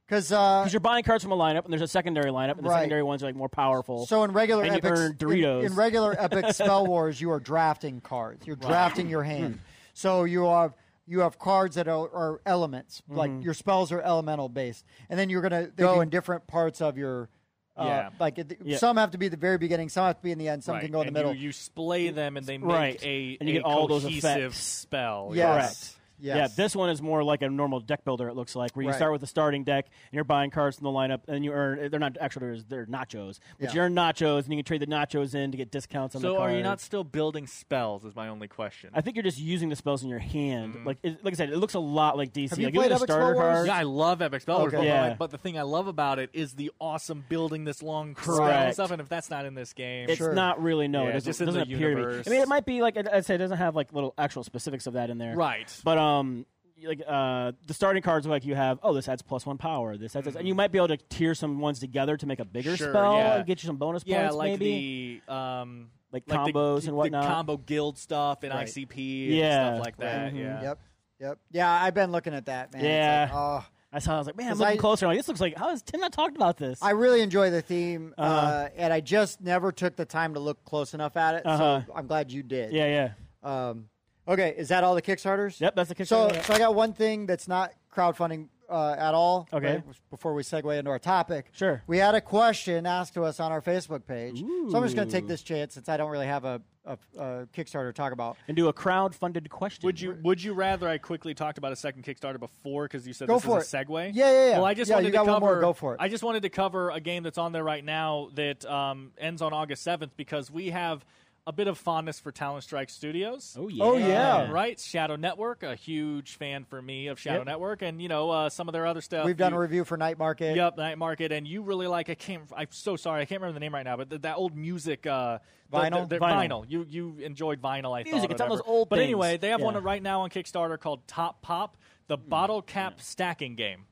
because uh,
because you're buying cards from a lineup, and there's a secondary lineup, and the
Right.
secondary ones are like more powerful.
So in regular
And you
epic,
earn
in-
Doritos.
In, regular epic spell wars, you are drafting cards. You're drafting your
Hmm.
hand. So you have you have cards that are, are elements, like
Mm-hmm.
your spells are elemental based, and then you're gonna go in different parts of your. Uh,
Yeah.
Like it,
Yeah.
some have to be at the very beginning, some have to be in the end, some
Right,
can go in
and
the middle.
You, you splay them, and they make
Right.
a,
And you
a
get all those
cohesive
effects.
spell.
yes. Yes.
Yeah, this one is more like a normal deck builder. It looks like where you
Right.
start with a starting deck and you're buying cards from the lineup, and you earn. They're not actual orders; they're nachos, but
Yeah.
you earn nachos, and you can trade the nachos in to get discounts on the
So
cards.
are you not still building spells? Is my only question.
I think you're just using the spells in your hand.
Mm.
Like, it, like I said, it looks a lot like DC.
Have you
like, look
played
at the
Epic
starter
Spell Wars?
cards.
yeah, I love Epic Spell Wars,
Okay.
but,
Yeah.
but the thing I love about it is the awesome building this long spell
Correct.
and stuff. And if that's not in this game,
It's
Sure.
not really no.
Yeah,
it doesn't,
just in
doesn't
the
appear
universe.
to be. I mean, it might be like I'd say it doesn't have like little actual specifics of that in there.
right.
But um, like uh, the starting cards are like you have. Oh, this adds plus one power. This adds, this- and you might be able to tier some ones together to make a bigger
Mm-hmm. Sure,
spell
yeah.
and get you some bonus
yeah,
points.
like
maybe
the um,
like
like the-
combos
the,
and whatnot.
the combo guild stuff and
Right.
ICP, and
Yeah.
stuff like that.
Mhm.
Yeah,
Yep. Yep. Yeah, I've been looking at that, man. It's
Yeah.
like, oh.
I saw. I was like, man, I'm
'Cause
looking
I-
closer. I'm like, this looks like how has Tim not talked about this?
I really enjoy the theme, uh
Uh-huh.
and I just never took the time to look close enough at it.
Uh-huh.
So I'm glad you did.
yeah, yeah,
Um, okay, is that all the Kickstarters?
yep. That's the
So,
Kickstarter.
so I got one thing that's not crowdfunding uh, at all.
Okay.
right, before we segue into our topic,
Sure.
We had a question asked to us on our Facebook page, so I'm just going to
Ooh.
take this chance since I don't really have a, a, a Kickstarter to talk about.
and do a crowd-funded question.
Would you Would you rather I quickly talked about a second Kickstarter before because you said
Go
this
for
is a
it.
segue?
Yeah, yeah, yeah.
Well, I just
Yeah,
wanted
you
to
got
cover.
one more, go for it.
I just wanted to cover a game that's on there right now that um, ends on August seventh because we have a bit of fondness for Talent Strike Studios.
Oh yeah.
Oh, yeah.
Um, right, Shadow Network, a huge fan for me of Shadow
Yep.
Network, and you know uh, some of their other stuff.
We've done
You-
a review for Night Market.
Yep, Night Market, and you really like. I can't. I'm so sorry. I can't remember the name right now, but th- that old music uh, the-
Vinyl?
the- the-
Vinyl.
vinyl. You you enjoyed vinyl. I
Music,
thought. or
it's all those
whatever.
old
But
things.
anyway, they have
Yeah.
one right now on Kickstarter called Top Pop, the bottle cap stacking game.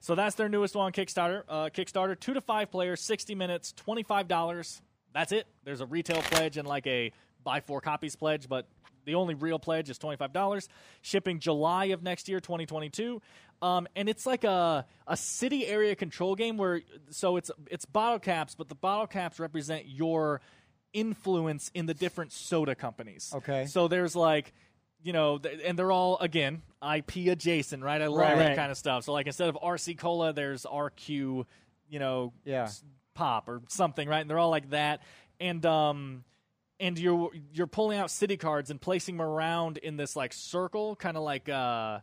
So that's their newest one on Kickstarter. Uh, Kickstarter, two to five players, sixty minutes, twenty five dollars. That's it. There's a retail pledge and like a buy four copies pledge, but the only real pledge is twenty five dollars. Shipping July of next year, twenty twenty two. Um, and it's like a a city area control game where so it's it's bottle caps, but the bottle caps represent your influence in the different soda companies.
Okay.
So there's like you know, th- and they're all again IP adjacent, right? I love
Right.
that
Right.
kind of stuff. So like instead of RC Cola, there's RQ, you know,
Yeah.
s- pop or something, right? And they're all like that, and um, and you're you're pulling out city cards and placing them around in this like circle, kind of like uh,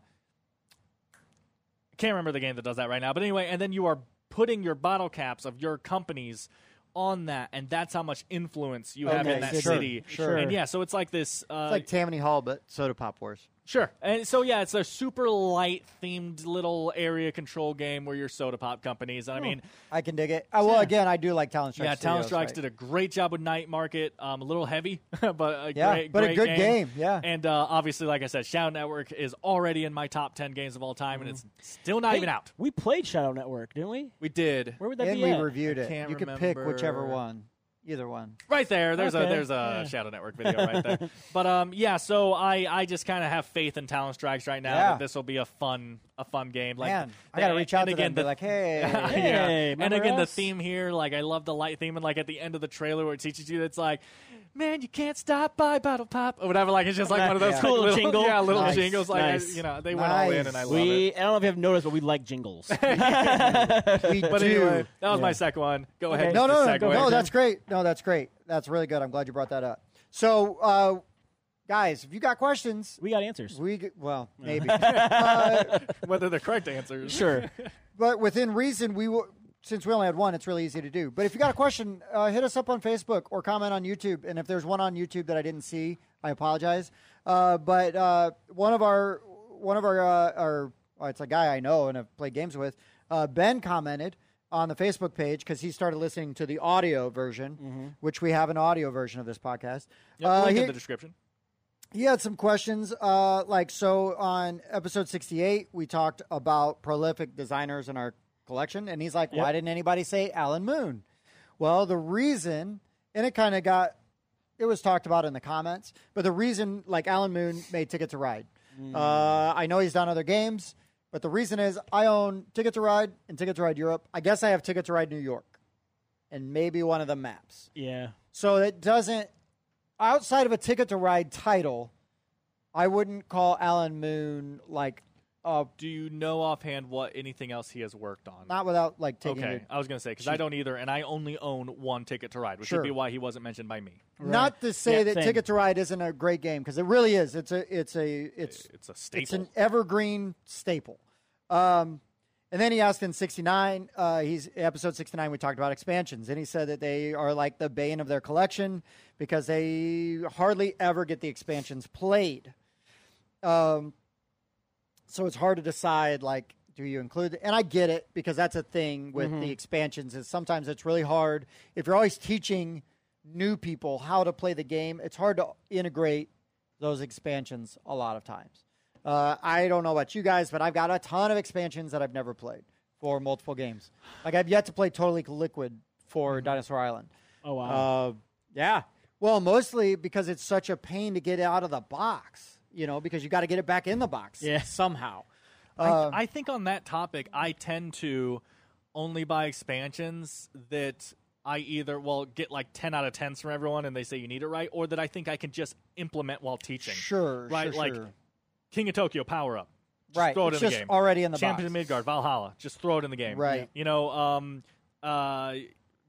can't remember the game that does that right now, but anyway, and then you are putting your bottle caps of your companies on that, and that's how much influence you have
Okay,
in that
sure,
city.
sure.
And yeah, so it's like this. Uh,
It's like Tammany Hall, but Soda Pop Wars.
Sure. And so yeah, it's a super light themed little area control game where you're soda pop companies. And I mean,
I can dig it. Uh, well, again, I do like Talent Strike.
yeah, Talent
Oh, Studios,
Strikes
right?
did a great job with Night Market. Um, a little heavy, but a
Yeah,
great,
but a
great
good
game.
game, yeah.
And uh, obviously, like I said, Shadow Network is already in my top ten games of all time, and
Mm-hmm.
it's still not
Hey,
even out.
We played Shadow Network, didn't we?
We did.
Where would that
and
be
we
at?
reviewed
I
it.
can't
you could pick
remember.
whichever one. Either one.
Right there, there's a
Okay,
there's a
yeah.
Shadow Network video right there. but um, yeah, so I I just kind of have faith in Talon Strikes right now
Yeah.
that this will be a fun a fun game. Like,
Man, I
the-
gotta reach out
and
to
again,
them. and be
the-
like, hey,
yeah.
Hey,
And
remember
again,
us?
the theme here, like I love the light theme, and like at the end of the trailer where it teaches you, it's like, man, you can't stop by bottle pop or whatever. Like it's just like one of those
Yeah.
like,
Cool little jingle.
yeah, little
Nice.
jingles. Like I-
Nice.
you know, they went all in, and I
Nice.
love it.
we I don't know if you have noticed, but we like jingles.
we
But
do.
anyway, that was
Yeah.
my second one. Go ahead.
No,
with
no,
the
no,
segue.
no. That's great. No, that's great. That's really good. I'm glad you brought that up. So, uh, guys, if you got questions,
we got answers.
we g- well maybe, uh,
whether the correct answer. is-
Sure.
but within reason, we will. Since we only had one, it's really easy to do. But if you got a question, uh, hit us up on Facebook or comment on YouTube. And if there's one on YouTube that I didn't see, I apologize. Uh, but uh, one of our one of our uh, our well, it's a guy I know and have played games with. Uh, ben commented on the Facebook page because he started listening to the audio version, which we have an audio version of this podcast. Uh,
Mm-hmm. Link
he-
in the description.
he had some questions uh, like so on episode 68 we talked about prolific designers in our collection and he's like why didn't anybody say alan moon well the reason and it kind of got it was talked about in the comments but the reason like alan moon made ticket to ride uh, i know he's done other games but the reason is i own ticket to ride and ticket to ride europe i guess i have ticket to ride new york and maybe one of the maps
Yeah.
so it doesn't, outside of a ticket to ride title, I wouldn't call Alan Moon like, uh,
Do you know offhand what anything else he has worked on?
not without like taking
okay,
it.
I was gonna say because I don't either, and I only own one ticket to ride, which
Sure.
would be why he wasn't mentioned by me.
Not to say
Yeah,
that
same.
Ticket to Ride isn't a great game because it really is. It's a, it's a, it's,
It's a staple.
it's an evergreen staple. Um, and then he asked in 69, uh, he's episode 69, we talked about expansions, and he said that they are like the bane of their collection because they hardly ever get the expansions played. Um, so it's hard to decide, like, do you include, and I get it because that's a thing with the expansions, is sometimes it's really hard. If you're always teaching new people how to play the game, it's hard to integrate those expansions a lot of times. Uh, I don't know about you guys, but I've got a ton of expansions that I've never played for multiple games. Like I've yet to play Totally Liquid for Dinosaur Island.
Oh wow.
Uh, yeah. Well, mostly because it's such a pain to get out of the box, you know, because you got to get it back in the box
Yeah.
somehow. Uh,
I, I think on that topic, I tend to only buy expansions that I either well get like ten out of tens from everyone, and they say you need it right, or that I think I can just implement while teaching.
Sure, sure,
right? like
sure.
King of Tokyo power up. Just
Right,
throw it
it's
in the
just
game.
already in the
Champion
box.
of Midgard, Valhalla. Just throw it in the game.
Right.
You know, um, uh,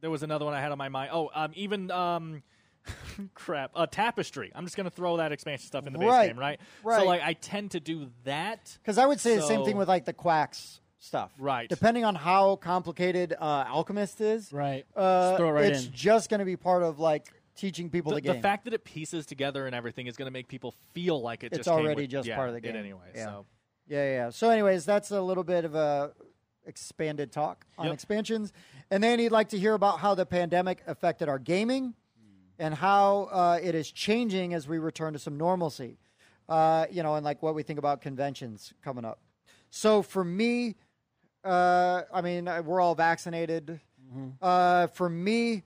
there was another one I had on my mind. Oh, um, even um, crap, a tapestry. I'm just gonna throw that expansion stuff in the base
Right,
game, right?
right.
So like, I tend to do that.
Because I would say the same
So-
thing with like the quacks stuff.
Right.
Depending on how complicated uh, Alchemist is,
right.
uh,
Just throw it right
it's
in.
just going to be part of like teaching people the,
the,
game.
the fact that it pieces together and everything is going to make people feel like it
It's
just came
already
with-
just
yeah,
part of the
it
game.
anyway.
Yeah.
So
Yeah, yeah. So, anyways, that's a little bit of a expanded talk on
Yep.
expansions, and then he'd like to hear about how the pandemic affected our gaming and how uh, it is changing as we return to some normalcy. Uh, you know, and like what we think about conventions coming up. So for me, uh, I mean, I- we're all vaccinated. Uh, for me,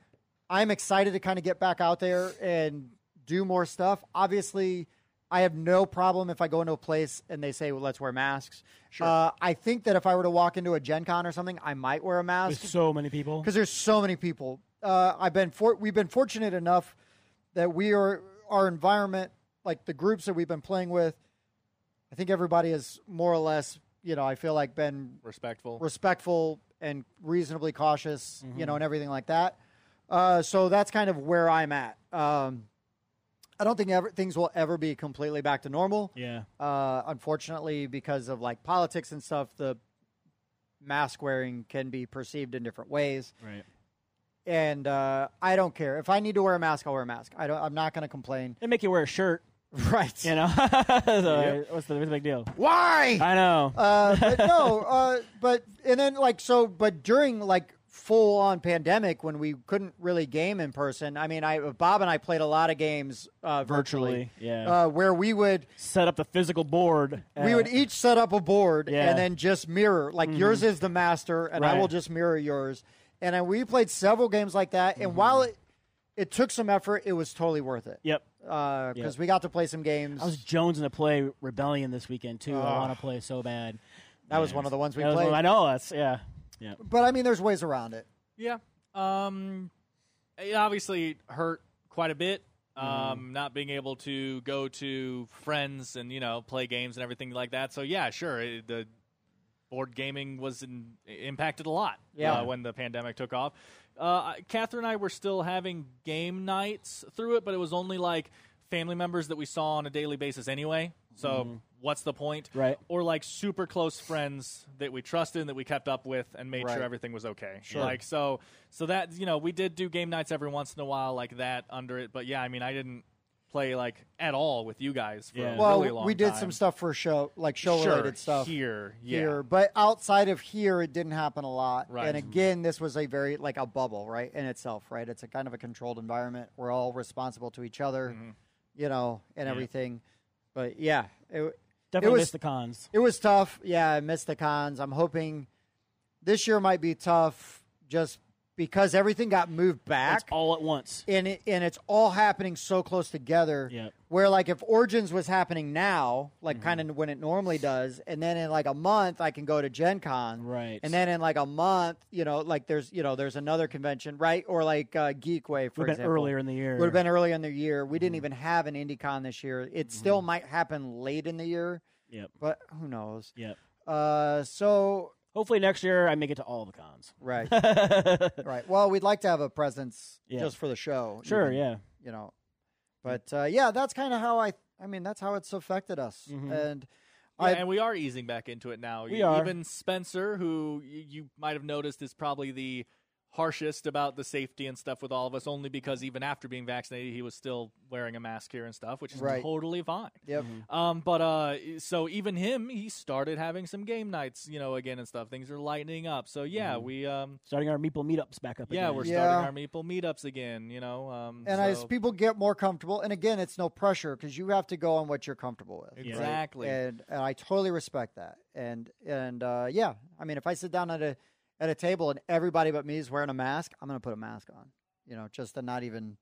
I'm excited to kind of get back out there and do more stuff. Obviously, I have no problem if I go into a place and they say, well, let's wear masks. Sure. Uh, I think that if I were to walk into a Gen Con or something, I might wear a mask
With so many people.
because there's so many people. Uh, I've been for, we've been fortunate enough that we are our environment, like the groups that we've been playing with. I think everybody is more or less, you know, I feel like been
respectful.
respectful and reasonably cautious, you know, and everything like that. Uh, so that's kind of where I'm at. Um, I don't think ever, things will ever be completely back to normal
Yeah.
uh, unfortunately, because of like politics and stuff, the mask wearing can be perceived in different ways.
Right.
And uh, I don't care if I need to wear a mask, I'll wear a mask. I don't. I'm not going to complain.
They make you wear a shirt.
Right.
You know. So, What's the what's the big deal?
Why?
I know.
Uh, but no, uh, but and then like so, but during like full on pandemic when we couldn't really game in person. I mean, I Bob and I played a lot of games uh, virtually.
Virtually, yeah.
Uh, where we would
Set up the physical board.
we
Uh,
would each set up a board
Yeah. Mm-hmm.
and then just mirror. Like yours is the master, and I
Right. Mm-hmm.
will just mirror yours. And then we played several games like that. And while it, it took some effort. It was totally worth it.
Yep.
Because
Yep.
we got to play some games.
I was jonesing to play Rebellion this weekend too. I want to play so bad.
Ah. that was one of the ones we
That was
played.
one- I know that's yeah. Yeah.
But I mean, there's ways around it.
Yeah. Um, it obviously hurt quite a bit.
Mm-hmm.
Um, not being able to go to friends and you know play games and everything like that. So yeah, sure, it, the board gaming was in, impacted a lot.
Yeah.
uh, when the pandemic took off, uh, I- Catherine and I were still having game nights through it, but it was only like family members that we saw on a daily basis anyway. So
Mm-hmm.
what's the point,
Right.
Or like super close friends that we trusted and that we kept up with and made
Right.
sure everything was okay. Like so so that you know, we did do game nights every once in a while like that under it, but yeah, I mean I didn't play like at all with you guys for
Yeah.
a
Well,
really long
we did
time.
some stuff for show, like show
sure,
related stuff
here. Yeah.
here. But outside of here, it didn't happen a lot.
Right.
And again, this was a very like a bubble, right, in itself, right. It's a kind of a controlled environment. We're all responsible to each other,
Mm-hmm.
you know, and everything. But yeah, it,
Definitely
was-
missed the cons.
It was tough. Yeah, I missed the cons. I'm hoping this year might be tough just because everything got moved
It's
back
all at once.
and it, and it's all happening so close together.
Yep. Mm-hmm.
Where like if Origins was happening now, like kind of when it normally does, and then in like a month I can go to Gen Con.
Right.
And then in like a month, you know, like there's you know, there's another convention, right? Or like uh, Geek Wave for
Would have been
example.
earlier in the year. Mm-hmm.
Would have been early in the year. We didn't even have an IndieCon this year. It still might happen late in the year,
Yep.
but who knows?
Yep.
Uh, so
Hopefully next year I make it to all the cons.
right, right. Well, we'd like to have a presence
Yeah.
just for the show.
Sure.
even,
Yeah.
You know,
Hmm.
but uh, yeah, that's kind of how I. I mean, that's how it's affected us, and
Mm-hmm. Yeah,
I.
and we are easing back into it now.
We
You-
are.
Even Spencer, who you, you might have noticed is probably the harshest about the safety and stuff with all of us, only because even after being vaccinated, he was still wearing a mask here and stuff, which is
Right.
totally fine.
Yep.
Um, but uh, so even him, he started having some game nights, you know, again and stuff. Things are lightening up. So yeah,
Mm-hmm.
we um,
Starting our meeple meetups back up.
yeah,
again.
we're
Yeah.
starting our Meeple meetups again. You know, um,
And
so,
as people get more comfortable, and again, it's no pressure because you have to go on what you're comfortable with. right?
Exactly.
And, and I totally respect that. And and uh, yeah, I mean, if I sit down at a at a table and everybody but me is wearing a mask, I'm going to put a mask on. You know, just to not even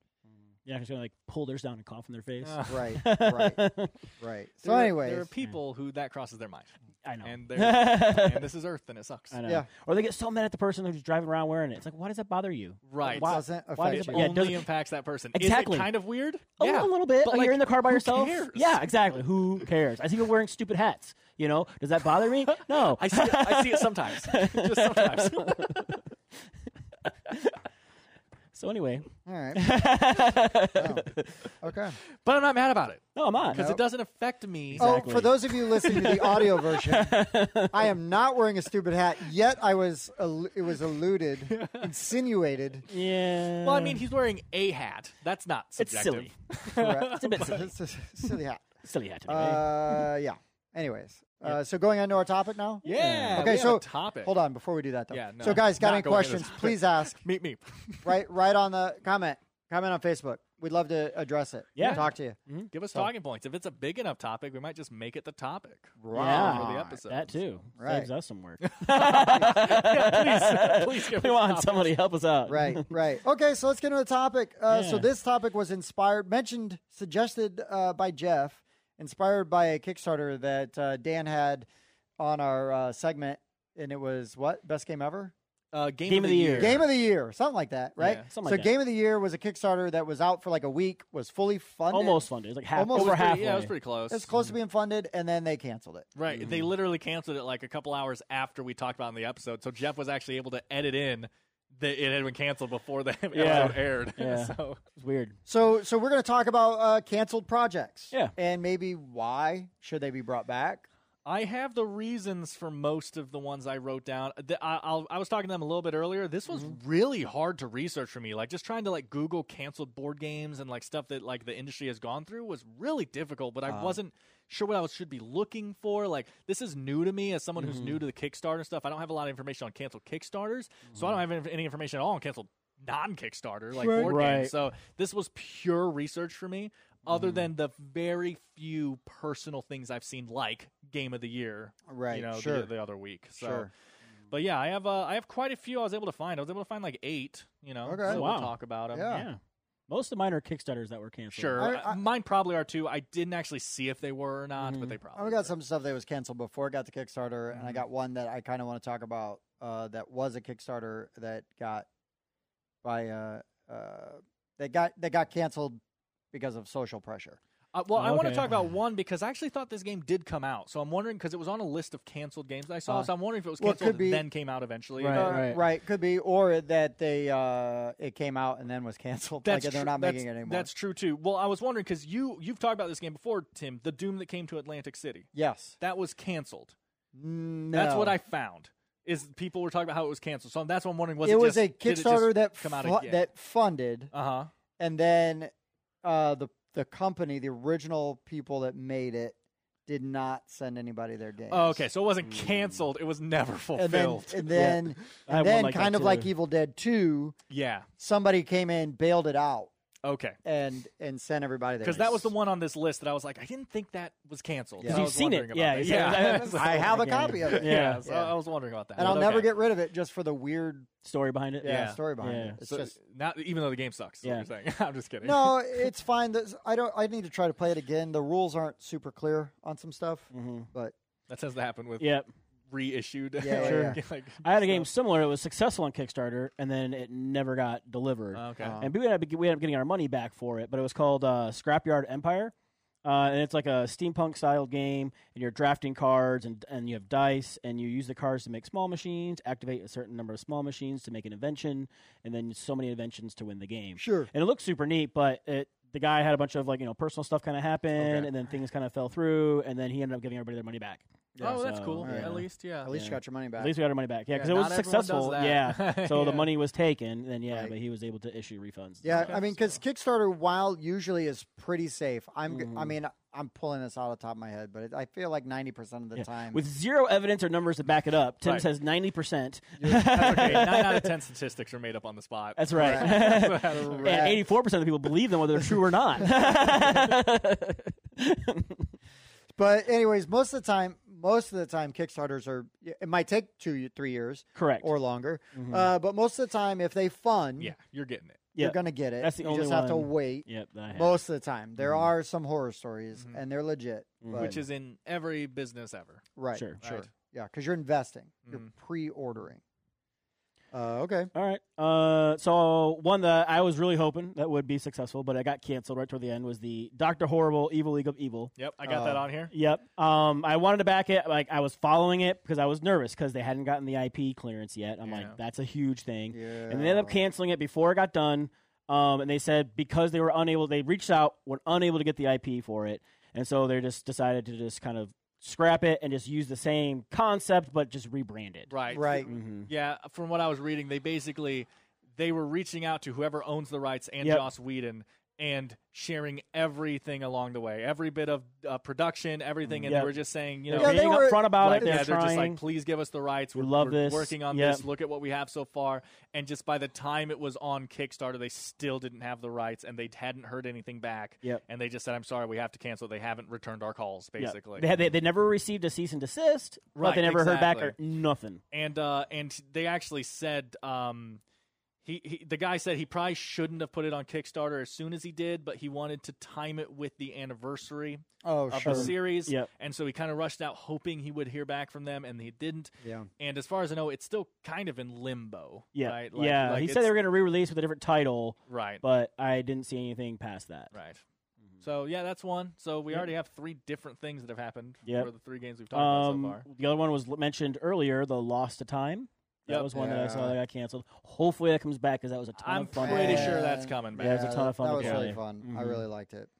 yeah, just gonna like pull theirs down and cough in their face.
Uh,
Ah, right, right, right. So,
there,
anyways,
there are people who that crosses their mind,
I know.
and they're and this is Earth, and it sucks.
I know.
Yeah.
Or they get so mad at the person who's driving around wearing it. It's like, why does that bother you?
Right.
Why,
Doesn't
why
affect
does
It
you.
it- Yeah, it
only
doesn't,
impacts that person.
Exactly.
Is it kind of weird?
a,
yeah.
little, a little bit.
But
like,
like,
you're in the car by
who
yourself.
cares?
Yeah, exactly. Who cares? I see people wearing stupid hats. You know, does that bother me? No.
I see. It, I see it sometimes. Just sometimes.
so anyway,
All right. Oh, Okay.
but I'm not mad about it
no, I'm not.
because it doesn't affect me.
Oh, for those of you listening to the audio version, I am not wearing a stupid hat. Yet I was, al- it was alluded, insinuated.
Yeah.
Well, I mean, he's wearing a hat. That's not
it's
subjective.
silly.
Correct.
It's a bit silly.
It's a silly hat.
Silly hat to me. right?
Uh, yeah. Anyways, uh, so going on to our topic now.
Yeah.
Okay,
we have
so
a topic.
Hold on, before we do that though.
Yeah, no,
so guys, got
not
any
going into
questions?
this.
Please ask.
Meet me.
Right, right on the comment. Comment on Facebook. We'd love to address it.
Yeah.
We'll talk to you.
Give us talking points. If it's a big enough topic, we might just make it the topic.
yeah,
For the episode.
that too
Right.
saves us some work.
please, please give
we
us
want
topics.
somebody to help us out.
Right, right. Okay, so let's get into the topic. Uh, So
Yeah.
this topic was inspired, mentioned, suggested uh, by Jeff, inspired by a Kickstarter that uh, Dan had on our uh, segment, and it was what best game ever.
Uh, game,
Game of the year.
Game of the year, something like that, right?
Yeah,
something
so,
like that.
game of the year was a Kickstarter that was out for like a week, was fully funded,
Almost funded. It's like half
Almost
over
free,
halfway.
Yeah, it was pretty close.
It's close to being funded, and then they canceled it.
Right. They
Mm.
literally canceled it like a couple hours after we talked about it in the episode. So Jeff was actually able to edit in that it had been canceled before the episode aired.
Yeah.
so
It's weird.
So, so we're going to talk about uh, canceled projects,
Yeah.
and maybe why should they be brought back?
I have the reasons for most of the ones I wrote down. The- I, I'll, I was talking to them a little bit earlier. This was really hard to research for me. Like just trying to like Google canceled board games and like stuff that like the industry has gone through was really difficult. But I wasn't sure what I was, should be looking for. Like this is new to me as someone who's new to the Kickstarter and stuff. I don't have a lot of information on canceled Kickstarters, so I don't have any- any information at all on canceled non-Kickstarter like
Right. Mm.
board
Right.
games. So this was pure research for me, other than the very few personal things I've seen, like Game of the Year,
Right,
You know, the-
sure.
the, other week. So,
Sure.
but yeah, I have uh, I have quite a few I was able to find. I was able to find like eight. You know,
Okay.
so
Oh,
we'll
wow.
talk about them.
Yeah.
Yeah. Most of mine are Kickstarters that were canceled.
Sure,
I-
Uh,
I-
mine probably are too. I didn't actually see if they were
Mm-hmm.
or not, but they probably.
I got
were.
some stuff that was canceled before it got to Kickstarter, and I
Mm-hmm.
got one that I kind of want to talk about uh, that was a Kickstarter that got by uh, uh, that got that got canceled because of social pressure.
Uh, well, I want to
Okay.
talk about one because I actually thought this game did come out, so I'm wondering because it was on a list of canceled games that I saw.
Uh,
so I'm wondering if it was
well, it
canceled
could be-
and then came out eventually.
Right,
Uh,
right.
could be, or that they uh, it came out and then was canceled.
That's
like they're
tru-
not making it
that's-
anymore.
That's true too. Well, I was wondering because you you've talked about this game before, Tim. The Doom that came to Atlantic City
yes.
that was canceled.
No.
That's what I found. Is people were talking about how it was canceled. So that's what I'm wondering. Was
It,
it,
was
just-
a
did it just
Kickstarter that
come out
fu-
again?
that funded,
Uh huh.
and then uh, the the company, the original people that made it, did not send anybody their games.
Oh, okay, so it wasn't canceled. It was never
Hmm. and then
fulfilled.
and then
I
and
have one
then
like that,
kind of like
too.
Evil Dead Two,
yeah.
somebody came in, bailed it out,
Okay.
and and sent everybody their
Because that was the one on this list that I was like, I didn't think that was canceled.
Yeah.
So I
You've
was
seen
wondering
it.
about
Yeah,
that.
you said-
yeah.
saw
I
it
have a
again.
copy of it.
Yeah.
yeah, so
Yeah.
I was wondering about that.
and
but
I'll never
okay.
get rid of it just for the weird
Story behind it.
yeah,
Yeah.
story behind
Yeah.
it. It's
So,
just
not even though the game sucks. is what
Yeah.
you're saying. I'm just kidding.
no, it's fine. That's- I don't. I need to try to play it again. The rules aren't super clear on some stuff, but
that tends to happen with
Yep.
reissued.
Yeah,
like,
yeah, yeah.
like-
I had a game similar. It was successful on Kickstarter, and then it never got delivered.
okay. Oh,
Uh,
and we ended, up, we ended up getting our money back for it. But it was called uh, Scrapyard Empire, uh, and it's like a steampunk style game. And you're drafting cards, and and you have dice, and you use the cards to make small machines, activate a certain number of small machines to make an invention, and then so many inventions to win the game.
sure.
And it looked super neat, but it. The guy had a bunch of like you know personal stuff kind of happen,
Okay.
and then things kind of fell through, and then he ended up giving everybody their money back.
oh, that's
so,
cool.
yeah.
At least, yeah.
At least you
Yeah.
got your money back.
At least we got our money back, yeah, because
Yeah,
it
not
was
everyone does
successful,
that.
yeah. So the
Yeah.
money was taken, then yeah,
Right.
but he was able to issue refunds.
yeah,
Okay,
I mean, because Kickstarter, while usually is pretty safe, I'm. g I
Mhm.
mean, I'm pulling this out of the top of my head, but it, I feel like ninety percent of the
Yeah.
time
With zero evidence or numbers to back it up, Tim
Right.
says 90%.
That's okay. Nine out of ten statistics are made up on the spot.
That's
Correct.
right. and 84% of the people believe them, whether they're true or not.
But anyways, most of the time, most of the time, Kickstarters are. It might take two, three years
Correct.
or longer, uh, but most of the time, if they fund,
yeah, you're getting it.
you're
Mm-hmm. Yeah.
gonna get it.
That's the
you
only
just have to
one. Mm-hmm.
wait.
yep, that I have.
Most of the time, there are some horror stories,
Mm-hmm.
and they're legit. But,
Which is in every business ever.
right,
Sure. Mm-hmm.
sure,
Right.
yeah, because you're investing, you're pre-ordering. Uh, okay,
All right. Uh, so one that I was really hoping that would be successful, but it got canceled right toward the end was the Doctor Horrible Evil League of Evil.
Yep, I got
Uh,
that on here.
Yep. Um, I wanted to back it. Like I was following it because I was nervous because they hadn't gotten the IP clearance yet. I'm
Yeah.
like, that's a huge thing.
yeah,
and they ended up canceling it before it got done. Um, and they said because they were unable, they reached out, were unable to get the IP for it, and so they just decided to just kind of scrap it and just use the same concept but just rebrand it.
Right.
right.
Mm-hmm.
Yeah, from what I was reading, they basically they were reaching out to whoever owns the rights and
Yep.
Joss Whedon and sharing everything along the way, every bit of uh, production, everything, and
Yep.
they were just saying, you
They're
know,
Yeah, they
being
were-
upfront about
like,
it. They're,
yeah, they're
trying.
just like, please give us the rights.
We
We're,
love
we're
this.
working on
Yep.
this. Look at what we have so far. And just by the time it was on Kickstarter, they still didn't have the rights and they hadn't heard anything back.
Yep.
And they just said, "I'm sorry, we have to cancel." They haven't returned our calls,
Yeah.
basically.
they, had, they they never received a cease and desist,
Right,
but they never heard back or
exactly.
nothing.
and uh, and they actually said um, he, he the guy said he probably shouldn't have put it on Kickstarter as soon as he did, but he wanted to time it with the anniversary
Oh,
of
sure,
the series,
Yep.
and so he kind of rushed out, hoping he would hear back from them, and he didn't.
yeah.
And as far as I know, it's still kind of in limbo.
Yeah,
right? Like-
yeah.
like
he said they
it's-
were going to re-release with a different title,
right,
but I didn't see anything past that.
right. So yeah, that's one. So we
Yep.
already have three different things that have happened
Yep.
for the three games we've talked
Um,
about so far.
the other one was l- mentioned earlier, the Lost to Time. That
Yep.
was one that I saw
Yeah.
that got canceled. Hopefully that comes back because that was a ton
I'm
of fun. to
pretty
play.
sure that's coming
Yeah, it
back.
was a
that-
ton of fun
That
to
was really
play.
fun. I
Mhm.
really liked it.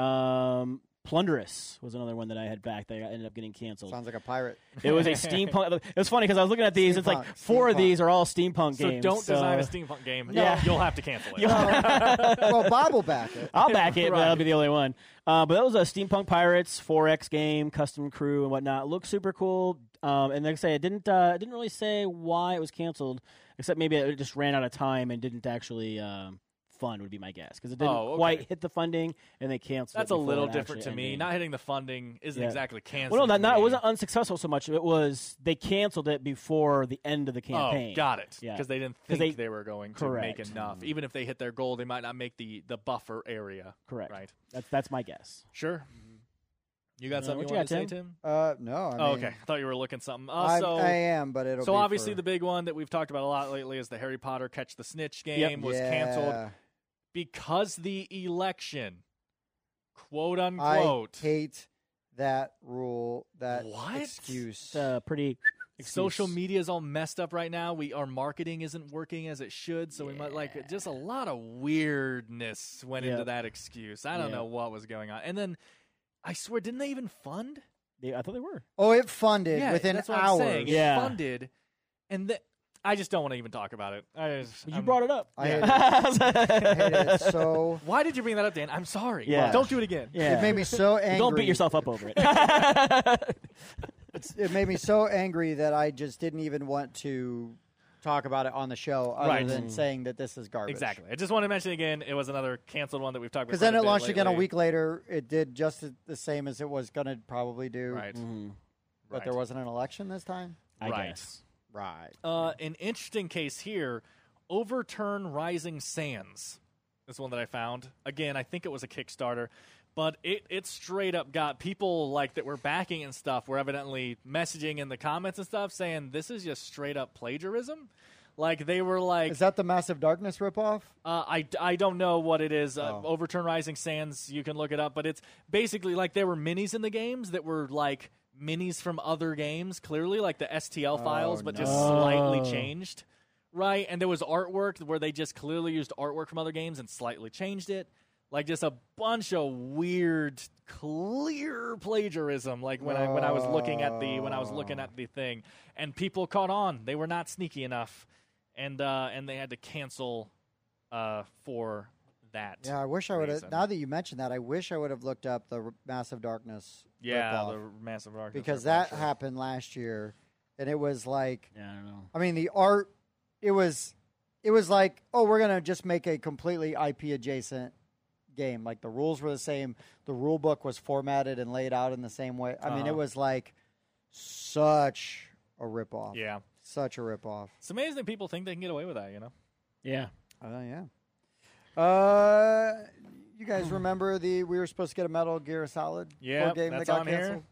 Um, Plunderous was another one that I had back that ended up getting canceled.
Sounds like a pirate.
It was a steampunk. It was funny because I was looking at these. It's like
Steampunk,
four of
steampunk.
these are all steampunk
So
games.
don't design a
so-
steampunk game.
Yeah.
You'll have to cancel it.
well, Bob will back it.
I'll back it, but
Right.
that'll be the only one. Uh, but that was a Steampunk Pirates 4X game, custom crew and whatnot. Looked super cool. Um, and like I say, it didn't uh, it didn't really say why it was canceled, except maybe it just ran out of time and didn't actually um, fund would be my guess because it didn't
Oh, okay.
quite hit the funding and they canceled. it
That's a
before
little
it
different to
actually
me.
ended.
Not hitting the funding isn't
Yeah.
exactly canceled.
well, no,
to
not, not it
me.
wasn't unsuccessful so much. It was they canceled it before the end of the campaign.
Oh, got it. Because
Yeah.
they didn't
'Cause
think they,
they-
were going to make
Correct. Mm-hmm.
enough. Even if they hit their goal, they might not make the the buffer area.
Correct.
Right.
That's that's my guess.
Sure. You got
Uh,
something
what
you
you
wanted to
got,
say,
Tim?
Tim?
Uh, no. I mean,
oh, okay. I thought you were looking something.
I,
Uh, so,
I am, but it'll.
so
be
obviously
for-
the big one that we've talked about a lot lately is the Harry Potter Catch the Snitch game was
yeah.
canceled because the election, quote unquote,
I hate that rule. That
What?
excuse?
It's a pretty
social
excuse.
media is all messed up right now. We our marketing isn't working as it should, so we might like just a lot of weirdness went into
Yep.
that excuse. I don't
Yep.
know what was going on. And then I swear, didn't they even fund?
They, I thought they were.
oh, it funded within
that's what
hours.
I'm saying. It
Yeah.
funded, and th- I just don't want to even talk about it. I just,
But you
I'm-
brought it up.
I
Yeah.
hate it. I hate it. It's so.
Why did you bring that up, Dan? I'm sorry.
Yeah.
Don't do it again.
yeah.
It made me so angry.
Don't beat yourself up over it.
It made me so angry that I just didn't even want to talk about it on the show, other
Right.
Mm.
than saying that this is garbage.
Exactly. I just want to mention again, it was another canceled one that we've talked about.
Because then
quite
it
a bit
launched again a
lately.
week later. It did just the same as it was going to probably do,
Right.
but there wasn't an election this time.
I
Right.
guess.
Right.
Uh, an interesting case here overturn rising sands is one that i found again i think it was a kickstarter but it, it straight up got people like that were backing and stuff were evidently messaging in the comments and stuff saying this is just straight up plagiarism like they were like
Is that the Massive Darkness ripoff?
uh, I, I don't know what it is. Uh,
Oh.
Overturn Rising Sands, you can look it up, but it's basically like there were minis in the games that were like minis from other games, clearly, like the STL files, but just
no.
slightly
Oh.
changed. Right? And there was artwork where they just clearly used artwork from other games and slightly changed it. Like just a bunch of weird, clear plagiarism. Like when I when I was looking at the when I was looking at the thing, and people caught on. They were not sneaky enough, and uh, and they had to cancel uh, for that.
Yeah, I wish I would have.
reason.
Now that you mentioned that, I wish I would have looked up the r- Massive Darkness
Yeah,
ripoff,
the massive rock.
because that happened last year, and it was like,
Yeah, I don't know.
I mean, the art, it was, it was like, oh, we're gonna just make a completely IP adjacent game. Like the rules were the same, the rule book was formatted and laid out in the same way. I mean,
Uh-huh.
it was like such a ripoff.
Yeah,
such a ripoff.
it's amazing that people think they can get away with that. You know,
Yeah.
Oh yeah. Uh, you guys remember the we were supposed to get a Metal Gear Solid
Yep,
board game
that's
that got
on here.
canceled?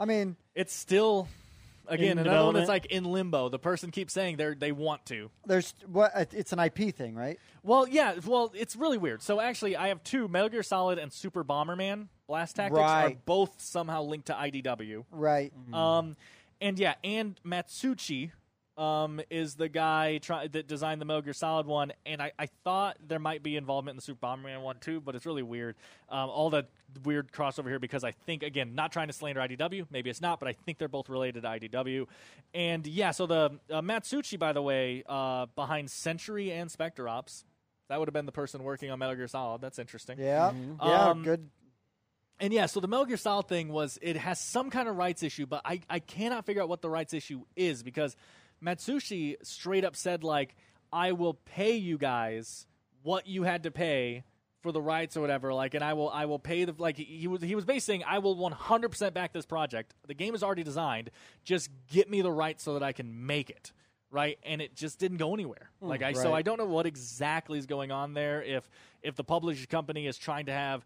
I mean,
it's still again
In
another one that's
development?
like in limbo. The person keeps saying they they want to.
there's what it's an IP thing, right?
Well, yeah. Well, it's really weird. So actually, I have two Metal Gear Solid and Super Bomberman Blast Tactics are
Right.
both somehow linked to IDW.
Right.
Um, and yeah, and Matsuchi um, is the guy try- that designed the Metal Gear Solid one, and I, I thought there might be involvement in the Super Bomberman one too, but it's really weird. Um, all the weird crossover here because I think again, not trying to slander IDW, maybe it's not, but I think they're both related to IDW. And yeah, so the uh, Matsuchi, by the way, uh, behind Century and Spectre Ops. That would have been the person working on Metal Gear Solid. That's interesting.
Yeah. Mm-hmm. Yeah.
Um,
good.
And yeah, so the Metal Gear Solid thing was it has some kind of rights issue, but I, I cannot figure out what the rights issue is because Matsushi straight up said like I will pay you guys what you had to pay for the rights or whatever, like, and I will I will pay the like he was he was basically saying I will 100 percent back this project. The game is already designed. Just get me the rights so that I can make it right and it just didn't go anywhere like i so
Right.
i don't know what exactly is going on there if if the publishing company is trying to have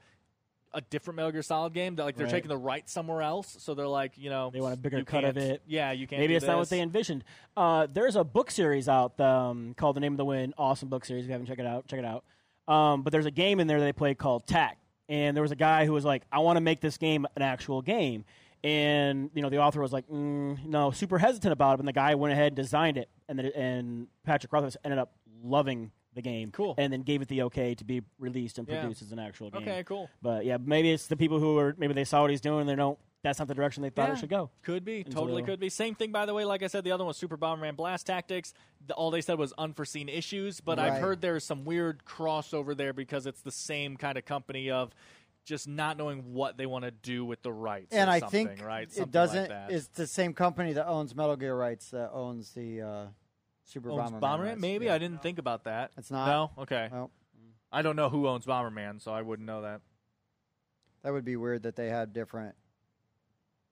a different Metal Gear Solid game. That like they're
Right.
taking the rights somewhere else, so they're like, you know,
They want a bigger
you
cut of
can't-
it.
Yeah, you can't.
Maybe
do
it's not what
this.
they envisioned. Uh, there's a book series out um, called The Name of the Wind. Awesome book series. If you haven't checked it out, check it out. Um, but there's a game in there that they played called Tack. And there was a guy who was like, I want to make this game an actual game. And, you know, the author was like, mm, no, super hesitant about it. And the guy went ahead and designed it. And, then, and Patrick Rothfuss ended up loving the game.
Cool.
And then gave it the okay to be released and
Yeah.
produced as an actual game.
Okay, cool.
But yeah, maybe it's the people who are, maybe they saw what he's doing and they don't, that's not the direction they thought
Yeah.
it should go.
Could be,
Into
totally
the-
could be. Same thing, by the way. Like I said, the other one was Super Bomberman Blast Tactics. The- all they said was unforeseen issues, but I've
Right.
heard there's some weird crossover there because it's the same kind of company of just not knowing what they want to do with the rights.
And
or
I
something,
think
right,
it
Something
doesn't.
Like that.
it's the same company that owns Metal Gear rights that owns the uh, Super
Owns
Bomberman.
Bomberman?
rights.
Maybe
Yeah. Uh,
I didn't think about that.
It's not.
No. Okay.
Nope.
I don't know who owns Bomberman, so I wouldn't know that.
That would be weird that they had different,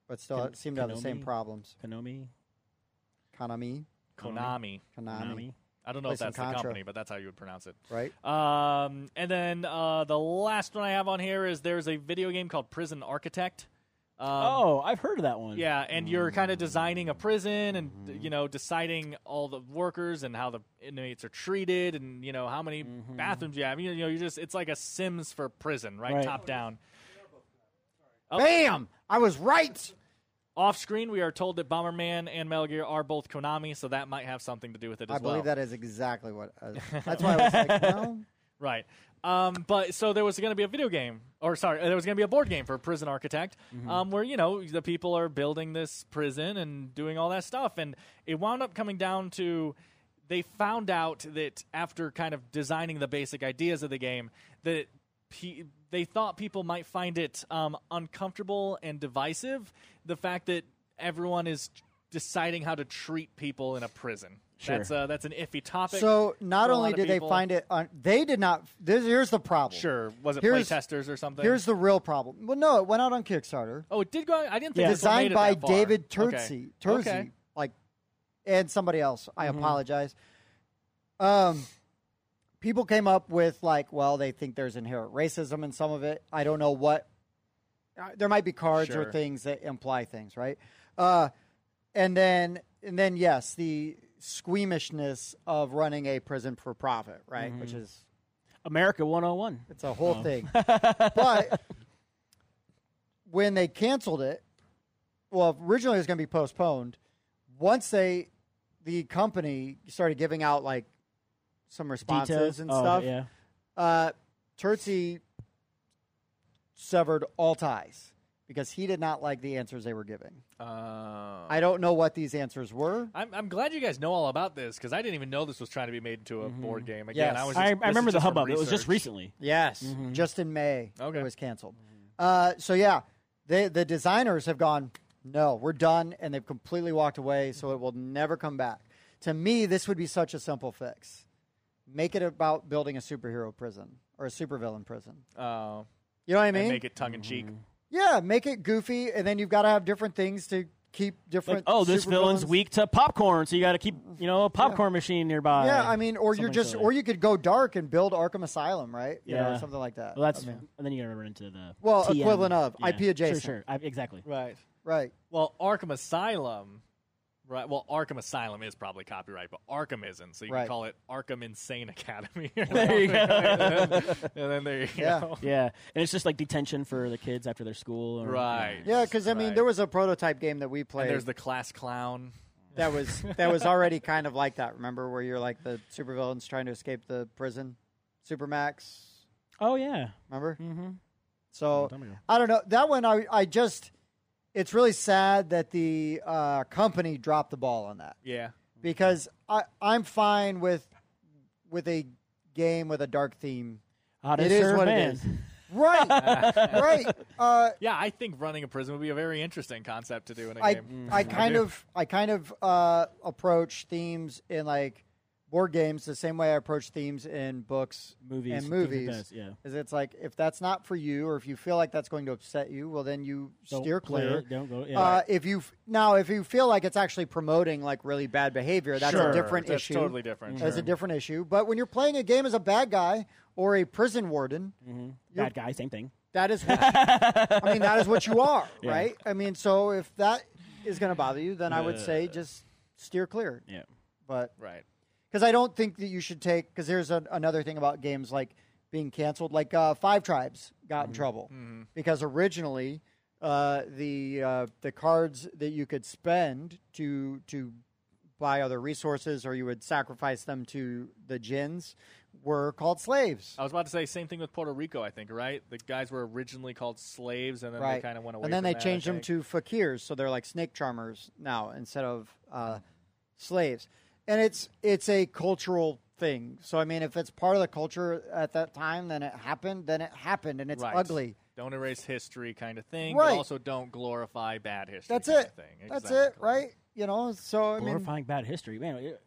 but still
Kon-
it seemed to have the same
Konami?
problems.
Konami,
Konami,
Konami.
Konami.
Konami,
Konami. Um,
I don't know
Play
if
some
that's the
Contra.
company, but that's how you would pronounce it.
right?
Um, and then uh, the last one I have on here is there's a video game called Prison Architect. Um,
oh, I've heard of that one.
Yeah, and you're kind of designing a prison and you know deciding all the workers and how the inmates are treated and you know how many
Mm-hmm.
bathrooms you have. You know, you're just it's like a Sims for prison, right?
Right.
Top down. Oh.
Bam! I was right.
Off screen, we are told that Bomberman and Metal Gear are both Konami, so that might have something to do with it
I
as well.
believe that is exactly what. Uh, that's why I was like, well,
Right. Um, but so there was going to be a video game, or sorry, there was going to be a board game for Prison Architect,
Mm-hmm.
um, where you know the people are building this prison and doing all that stuff, and it wound up coming down to they found out that after kind of designing the basic ideas of the game that pe- they thought people might find it um, uncomfortable and divisive, the fact that everyone is deciding how to treat people in a prison.
Sure.
That's uh, that's an iffy topic.
so
for
not
a
only
lot of
did they
people.
find it, on, they did not. This, here's the problem.
Sure. Was it
Here's-
playtesters or something?
Here's the real problem. Well, no, it went out on Kickstarter,
oh, it did go. out- I didn't think
Yeah.
this one made
designed
it
by
that far.
David
Okay.
Terzi, Terzi,
Okay. Mm-hmm.
like, and somebody else. I apologize. Um, people came up with like, well, they think there's inherent racism in some of it. I don't know what. uh, There might be cards
Sure.
or things that imply things, right? Uh, and then and then yes, the squeamishness of running a prison for profit, right? Which
Mm-hmm.
is
America 101.
it's a whole thing. but when they canceled it, well, originally it was going to be postponed. Once they, the company started giving out like some responses
Details
and
Oh,
stuff.
Yeah.
Uh, Terzi severed all ties because he did not like the answers they were giving.
Uh,
I don't know what these answers were.
I'm, I'm glad you guys know all about this because I didn't even know this was trying to be made into a board game. Again,
Mm-hmm. Yes.
I was. Just,
I,
this
I
is
remember the
just from
hubbub. It was just
research.
recently.
Yes,
Mm-hmm.
just in May.
Okay.
it was canceled. Uh, so yeah, they, the designers have gone. No, we're done, and they've completely walked away. So it will never come back. To me, this would be such a simple fix. Make it about building a superhero prison or a supervillain prison.
Uh,
You know what I
and
mean?
make it tongue in cheek.
Mm-hmm.
yeah, make it goofy, and then you've got to have different things to keep different.
Like, oh, this villain's
supervillains-
weak to popcorn, so you got to keep, you know, a popcorn machine nearby.
Yeah, I mean, or you're
Something
just,
silly.
or you could go dark and build Arkham Asylum, right? You know,
Yeah.
something like that.
Well, that's
I mean,
and then you got to run into the
oh, Well,
TM.
equivalent of, IP adjacent.
Sure, sure, I, exactly.
Right.
right.
Well, Arkham Asylum. Right. Well, Arkham Asylum is probably copyright, but Arkham isn't. So you can
Right.
call it Arkham Insane Academy.
There you
and,
go.
then, and then there you
Yeah.
go.
yeah, and it's just like detention for the kids after their school. Or,
Right.
Yeah, because I mean,
Right.
there was a prototype game that we
And
played.
there's the class clown.
that was that was already kind of like that. Remember where you're like the supervillains trying to escape the prison, Supermax.
Oh yeah.
Remember?
Mm-hmm.
So
time ago.
I don't know that one. I I just it's really sad that the uh, company dropped the ball on that
Yeah.
because I I'm fine with with a game with a dark theme.
How to
It is
serve
what
man.
it is. Right, right. Uh,
Yeah, I think running a prison would be a very interesting concept to do in a
I
game. Mm,
I kind
do.
of I kind of uh, approach themes in like board games the same way I approach themes in books
Movies
and
things like
movies.
that, yeah.
Is it's like if that's not for you or if you feel like that's going to upset you, well then you
Don't
steer
play
clear.
it, don't go. Yeah.
Uh, if you f- now if you feel like it's actually promoting like really bad behavior, that's
Sure,
a different
that's
issue.
Totally different.
That's
sure.
a different issue. But when you're playing a game as a bad guy or a prison warden,
Bad guy, same thing.
that is what I mean, that is what you are, right? I mean, so if that is going to bother you, then I would say just steer clear.
Yeah.
But
Right.
because I don't think that you should take because here's an another thing about games like being canceled. Like uh, Five Tribes got in trouble because originally uh, the uh, the cards that you could spend to to buy other resources or you would sacrifice them to the gins were called slaves.
I was about to say same thing with Puerto Rico. I think right. The guys were originally called slaves, and then they
right.
kind of went away.
and then
from
they
that, I
changed them
think.
to fakirs, so they're like snake charmers now instead of uh, slaves. And it's it's a cultural thing. So I mean, if it's part of the culture at that time, then it happened. Then it happened, and it's
Right.
ugly.
Don't erase history, kind of thing. But
Right.
also, don't glorify bad history.
That's
kind
it.
Of thing.
That's it,
Exactly.
right? You know. So I mean,
Glorifying bad history, man. it-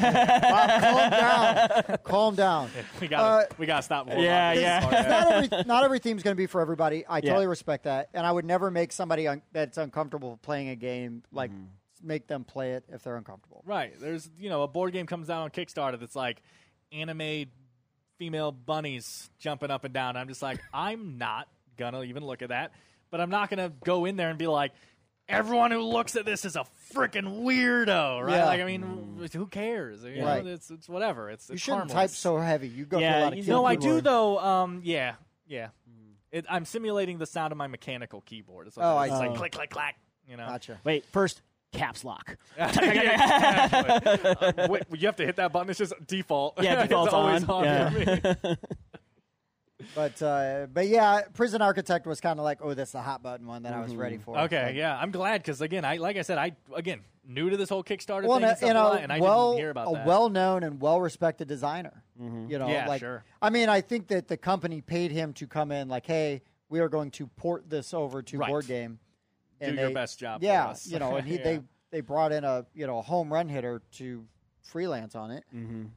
Bob, calm down. Calm down.
we got
Uh,
we got to stop.
Yeah,
This is
yeah.
hard.
not every not every theme's going to be for everybody. I
Yeah.
totally respect that, and I would never make somebody un- that's uncomfortable playing a game like
Mm-hmm.
make them play it if they're uncomfortable.
Right. There's you know a board game comes out on Kickstarter that's like anime female bunnies jumping up and down. I'm just like I'm not gonna even look at that. But I'm not gonna go in there and be like everyone who looks at this is a freaking weirdo, right?
Yeah.
Like I mean, who cares? You know,
Right.
it's it's whatever. It's
You
it's
shouldn't type
harmless.
so heavy. You go
Yeah,
through a lot of
you
keyboard.
No, I do though. Um, yeah, yeah. It, I'm simulating the sound of my mechanical keyboard. It's like,
Oh, I
it's like
see.
click, click, clack. You know,
Gotcha.
Wait, first caps lock.
Yeah, exactly. Uh, wait, you have to hit that button. It's just default.
Yeah,
it's
default's
always
on.
on.
Yeah.
for me.
But uh, but yeah, Prison Architect was kind of like, oh, that's the hot button one that I was ready for.
Mm-hmm. okay,
Like,
yeah, I'm glad because again, I like I said, I again new to this whole Kickstarter
Well,
thing, and, stuff
in
like
a,
that, and I
well,
didn't hear about
a
that. Mm-hmm.
well-known and well-respected designer. You know,
Yeah,
like
sure.
I mean, I think that the company paid him to come in, like, hey, we are going to port this over to
Right.
board game.
Do your best job for
Yeah,
us.
you know, and he
Yeah.
they they brought in a you know a home run hitter to freelance on it.
Mm-hmm.
Mhm.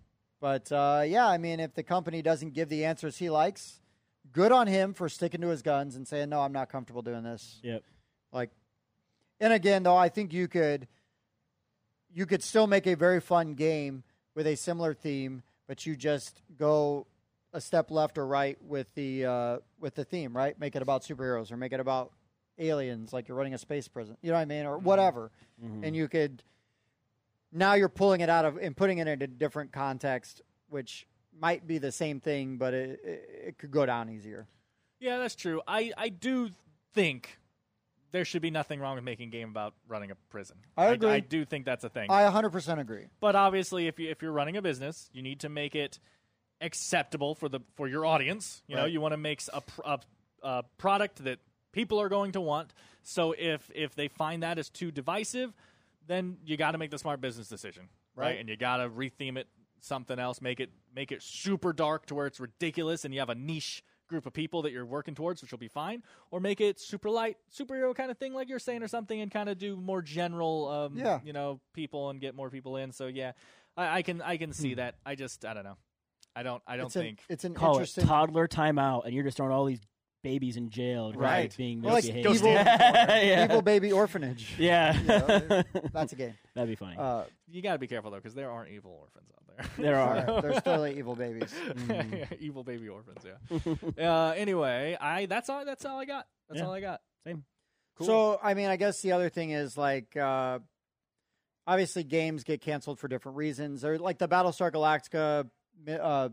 But uh, yeah, I mean, if the company doesn't give the answers he likes, good on him for sticking to his guns and saying no, I'm not comfortable doing this.
Yep.
Like, and again, though, I think you could, you could still make a very fun game with a similar theme, but you just go a step left or right with the uh, with the theme, right? Make it about superheroes or make it about aliens, like you're running a space prison, you know what I mean, or
Mm-hmm.
whatever. And you could now you're pulling it out of and putting it in a different context, which might be the same thing, but it, it, it could go down easier.
yeah, that's true. I I do think there should be nothing wrong with making a game about running a prison.
I
I,
agree.
do think that's a thing.
I 100% agree.
But obviously, if you if you're running a business, you need to make it acceptable for the for your audience. You know,
Right.
you want to make s- a, pr- a, a product that people are going to want. So if if they find that is too divisive, then you got to make the smart business decision, right?
Right.
And you got to retheme it something else. Make it make it super dark to where it's ridiculous, and you have a niche group of people that you're working towards, which will be fine. Or make it super light, superhero kind of thing, like you're saying, or something, and kind of do more general. Um,
Yeah.
you know people and get more people in. So yeah, I, I can I can
Hmm.
see that. I just I don't know. I don't I don't
it's
think.
An, it's an
Call it
interesting.
toddler timeout, and you're just throwing all these babies in jail because
Right.
of being
Or like
misbehaved.
Ghost Town.
yeah.
Evil baby orphanage.
Yeah.
know, That's a game.
That'd be funny.
Uh,
you got to be careful though, because there aren't evil orphans out there.
there are.
sorry, they're still like evil babies. Mm.
evil baby orphans. Yeah. uh, anyway, I that's all that's all I got. That's
Yeah.
all I got.
Same.
Cool.
So, I mean, I guess the other thing is like, uh, obviously, games get canceled for different reasons. They're like the Battlestar Galactica, mi- uh,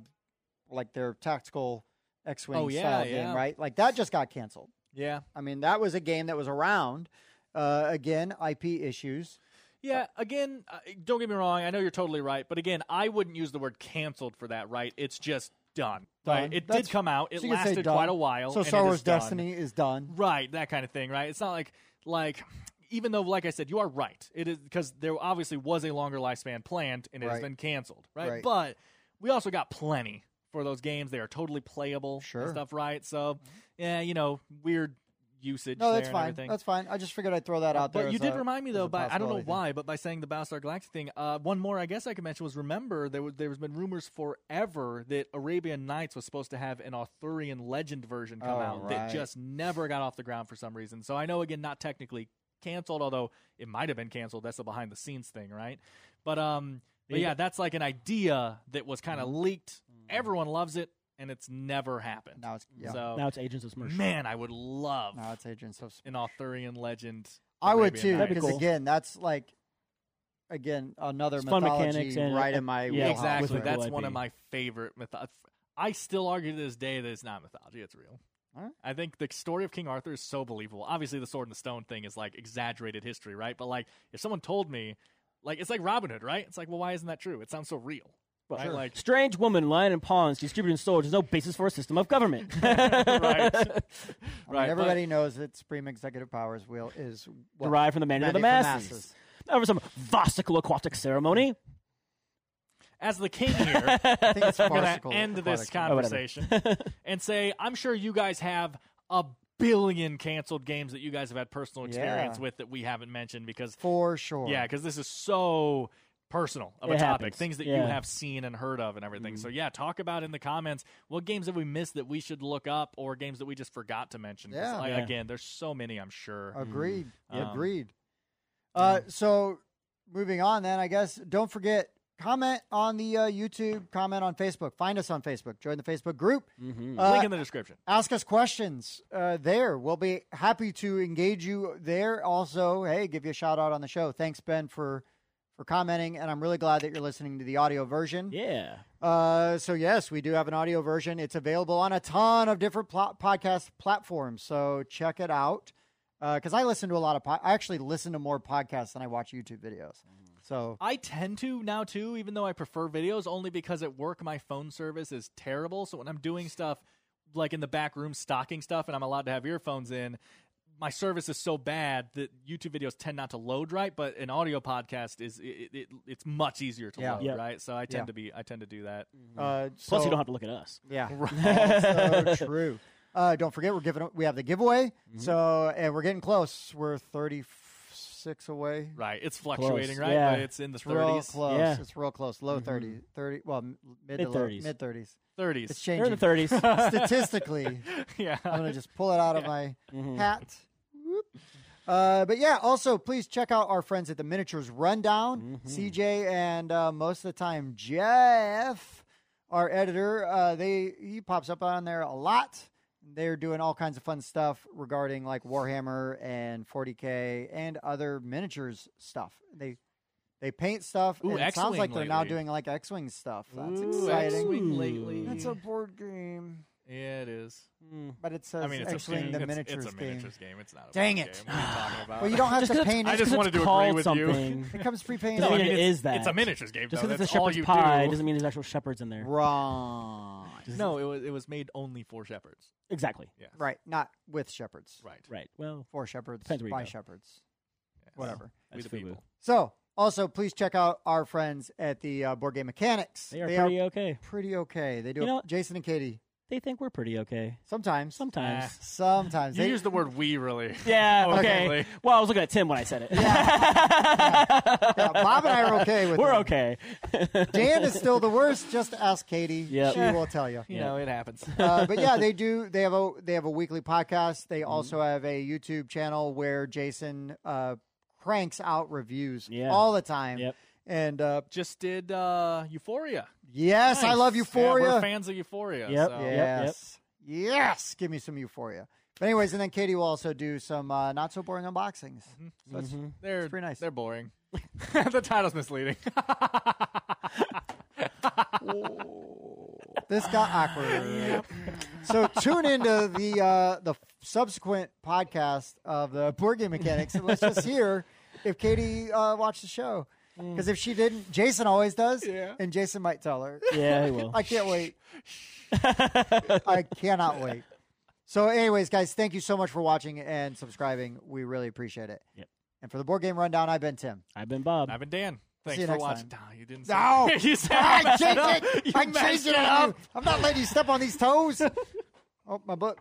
like their tactical X-wing
Oh, yeah,
style
yeah.
game, right? Like that just got canceled.
yeah.
I mean, that was a game that was around. Uh, again, IP issues.
Yeah, again, uh, don't get me wrong. I know you're totally right, but again, I wouldn't use the word canceled for that. Right? It's just done.
Done.
Right? It
That's-
did come out. It
so you could say
lasted
done.
quite a while.
So,
and
Star
it is
Wars
done.
Destiny is done.
Right, that kind of thing, right? It's not like like even though like I said, you are right. It is because there obviously was a longer lifespan planned and it
Right.
has been canceled, right?
Right.
But we also got plenty for those games. They are totally playable
Sure. Mm-hmm.
and stuff, right? So, yeah, you know, weird usage
No,
there
that's
and
fine.
everything. Uh,
That's fine. I just figured I'd throw that out there.
But you
as
did
a-
remind me
as a
though, by I don't know
possibility.
why, but by saying the Battlestar Galactic thing, uh, one more I guess I could mention was remember there was there has been rumors forever that Arabian Nights was supposed to have an Arthurian legend version come
Oh,
out
right.
that just never got off the ground for some reason. So I know again not technically canceled, although it might have been canceled. That's a behind the scenes thing, right? But um, but
Yeah.
yeah, that's like an idea that was kind of
Mm-hmm.
leaked. Everyone loves it, and it's never happened.
Now it's yeah.
So
now it's Agents of Smirch.
man, I would love
now it's Agents of
an Arthurian legend.
I would
Arabian
too,
Nights.
That'd be
because
cool.
again, that's like again another
It's fun
mythology
mechanics and-
right in my
Yeah,
wheelhouse.
exactly.
with a cool
That's one
IP.
of my favorite mythology. I still argue to this day that it's not mythology; it's real.
All right.
I think the story of King Arthur is so believable. Obviously, the sword and the stone thing is like exaggerated history, right? But like, if someone told me, like, it's like Robin Hood, right? It's like, well, why isn't that true? It sounds so real,
Well,
right?
sure.
Like,
Strange woman lying in pawns, distributing swords. There's no basis for a system of government.
right,
I mean,
right.
everybody knows that Supreme Executive Powers will is what-
Derived from the mandate of the
mandate
masses. Over some farcical aquatic ceremony.
But as the king here,
I think it's
I'm gonna
farcical.
end this
product.
Oh, whatever.
conversation and say, I'm sure you guys have a billion canceled games that you guys have had personal experience
Yeah.
with that we haven't mentioned because
for sure.
Yeah, because this is so personal of
It
a topic,
happens.
things that you
Yeah. Mm-hmm.
have seen and heard of and everything. So yeah, talk about in the comments what games have we missed that we should look up or games that we just forgot to mention. 'Cause,
Yeah.
like,
Yeah.
Again, there's so many, I'm sure.
Agreed.
Mm.
Um,
Agreed. Uh, so moving on, then I guess don't forget comment on the uh, YouTube, comment on Facebook, find us on Facebook, join the Facebook group,
Mm-hmm.
uh,
Link in the description.
ask us questions uh, there. We'll be happy to engage you there. Also, hey, give you a shout out on the show. Thanks, Ben, for for commenting, and I'm really glad that you're listening to the audio version.
yeah.
Uh, so yes, we do have an audio version. It's available on a ton of different pl- podcast platforms. So check it out. Because I listen to a lot of, po- I actually listen to more podcasts than I watch YouTube videos.
Mm-hmm.
So
I tend to now too, even though I prefer videos, only because at work my phone service is terrible. So when I'm doing stuff like in the back room stocking stuff and I'm allowed to have earphones in, my service is so bad that YouTube videos tend not to load right, but an audio podcast is it, it, it's much easier to
Yeah.
load,
Yeah.
right? So I tend
Yeah.
to be I tend to do that.
uh,
Mm-hmm. Plus,
so-
you don't have to look at us.
Yeah, That's so true. Uh, don't forget, we're giving we have the giveaway.
Mm-hmm.
So and we're getting close. We're thirty six away.
Right. It's fluctuating,
Close,
right?
yeah.
But it's in the
It's real
30s.
close.
Yeah.
It's real close. Low
Mm-hmm.
30, 30 well, m- mid to low,
Mid-thirties.
mid thirties. It's
30s.
They're in the
changing
30s.
statistically.
yeah.
I'm gonna just pull it out of my
Mm-hmm.
hat. Whoop. Uh, but yeah, also please check out our friends at the Miniatures Rundown.
Mm-hmm.
CJ and uh, most of the time Jeff, our editor, uh, they he pops up on there a lot. They're doing all kinds of fun stuff regarding like Warhammer and 40k and other miniatures stuff. They they paint stuff.
Ooh,
and it sounds
X-Wing
like they're now
lately.
doing like X-wing stuff. That's
Ooh,
exciting.
X-Wing lately.
That's a board game,
yeah, it is.
but it says
I mean, it's a
X-wing
game.
the
It's-
miniatures
it's a
game.
miniatures game. It's not. A
Dang
board
it.
Game. What are you talking about?
Well, you don't have
Just
to
'cause
paint.
it's-
it.
I just
because
wanted
it's
to agree
called
with you.
It
something.
comes pre-painted.
No, I
I
mean,
mean,
it
it's-
is that.
It's a miniatures game, though.
Just because
That's
it's a
all
shepherd's
you
pie
do.
doesn't mean there's actual shepherds in there.
wrong.
No, it was it was made only for shepherds.
Exactly.
Yeah.
Right, not with shepherds.
Right.
Right. Well,
For shepherds,
Depends where you
by
go.
shepherds, whatever.
We
that's
the
FUBU.
people.
So, also, please check out our friends at the uh, Board Game Mechanics.
They are pretty okay.
pretty okay. They do.
You
a-
know-
Jason and Katie
They think we're pretty okay.
sometimes.
Sometimes.
Sometimes
You
they,
use the word "we" really.
Yeah, okay.
Ultimately.
Well, I was looking at Tim when I said it.
yeah, Bob and I are okay with. them.
We're okay.
Dan is still the worst. Just ask Katie.
Yep.
She will tell you.
You know, it happens.
uh, but yeah, they do. They have a they have a weekly podcast. They also have a YouTube channel where Jason uh, cranks out reviews
Yeah.
all the time.
Yep.
And uh,
Just did uh, Euphoria.
yes, I
Nice.
love
Yeah,
Euphoria.
we're fans of Euphoria.
Yep.
so-
Yeah. yep.
Yes, yes, give me some Euphoria. But anyways, and then Katie will also do some uh, not so boring unboxings. Mm-hmm. So it's-
They're
pretty nice.
They're boring. the title's misleading.
this got awkward. so tune into the uh, the subsequent podcast of the board game mechanics, and let's just hear if Katie uh, watched the show. Because if she didn't, Jason always does,
Yeah.
and Jason might tell her.
yeah, he will.
I can't wait. I cannot wait. So, anyways, guys, thank you so much for watching and subscribing. We really appreciate it.
Yep.
And for the board game rundown, I've been Tim.
I've been Bob.
I've been Dan. Thanks
you
for
next
watching.
time.
Nah, you didn't. Say
No.
you said
I
messed
changed
up.
it.
You
I
messed
changed it
up.
up. I'm not letting you step on these toes. oh, my butt.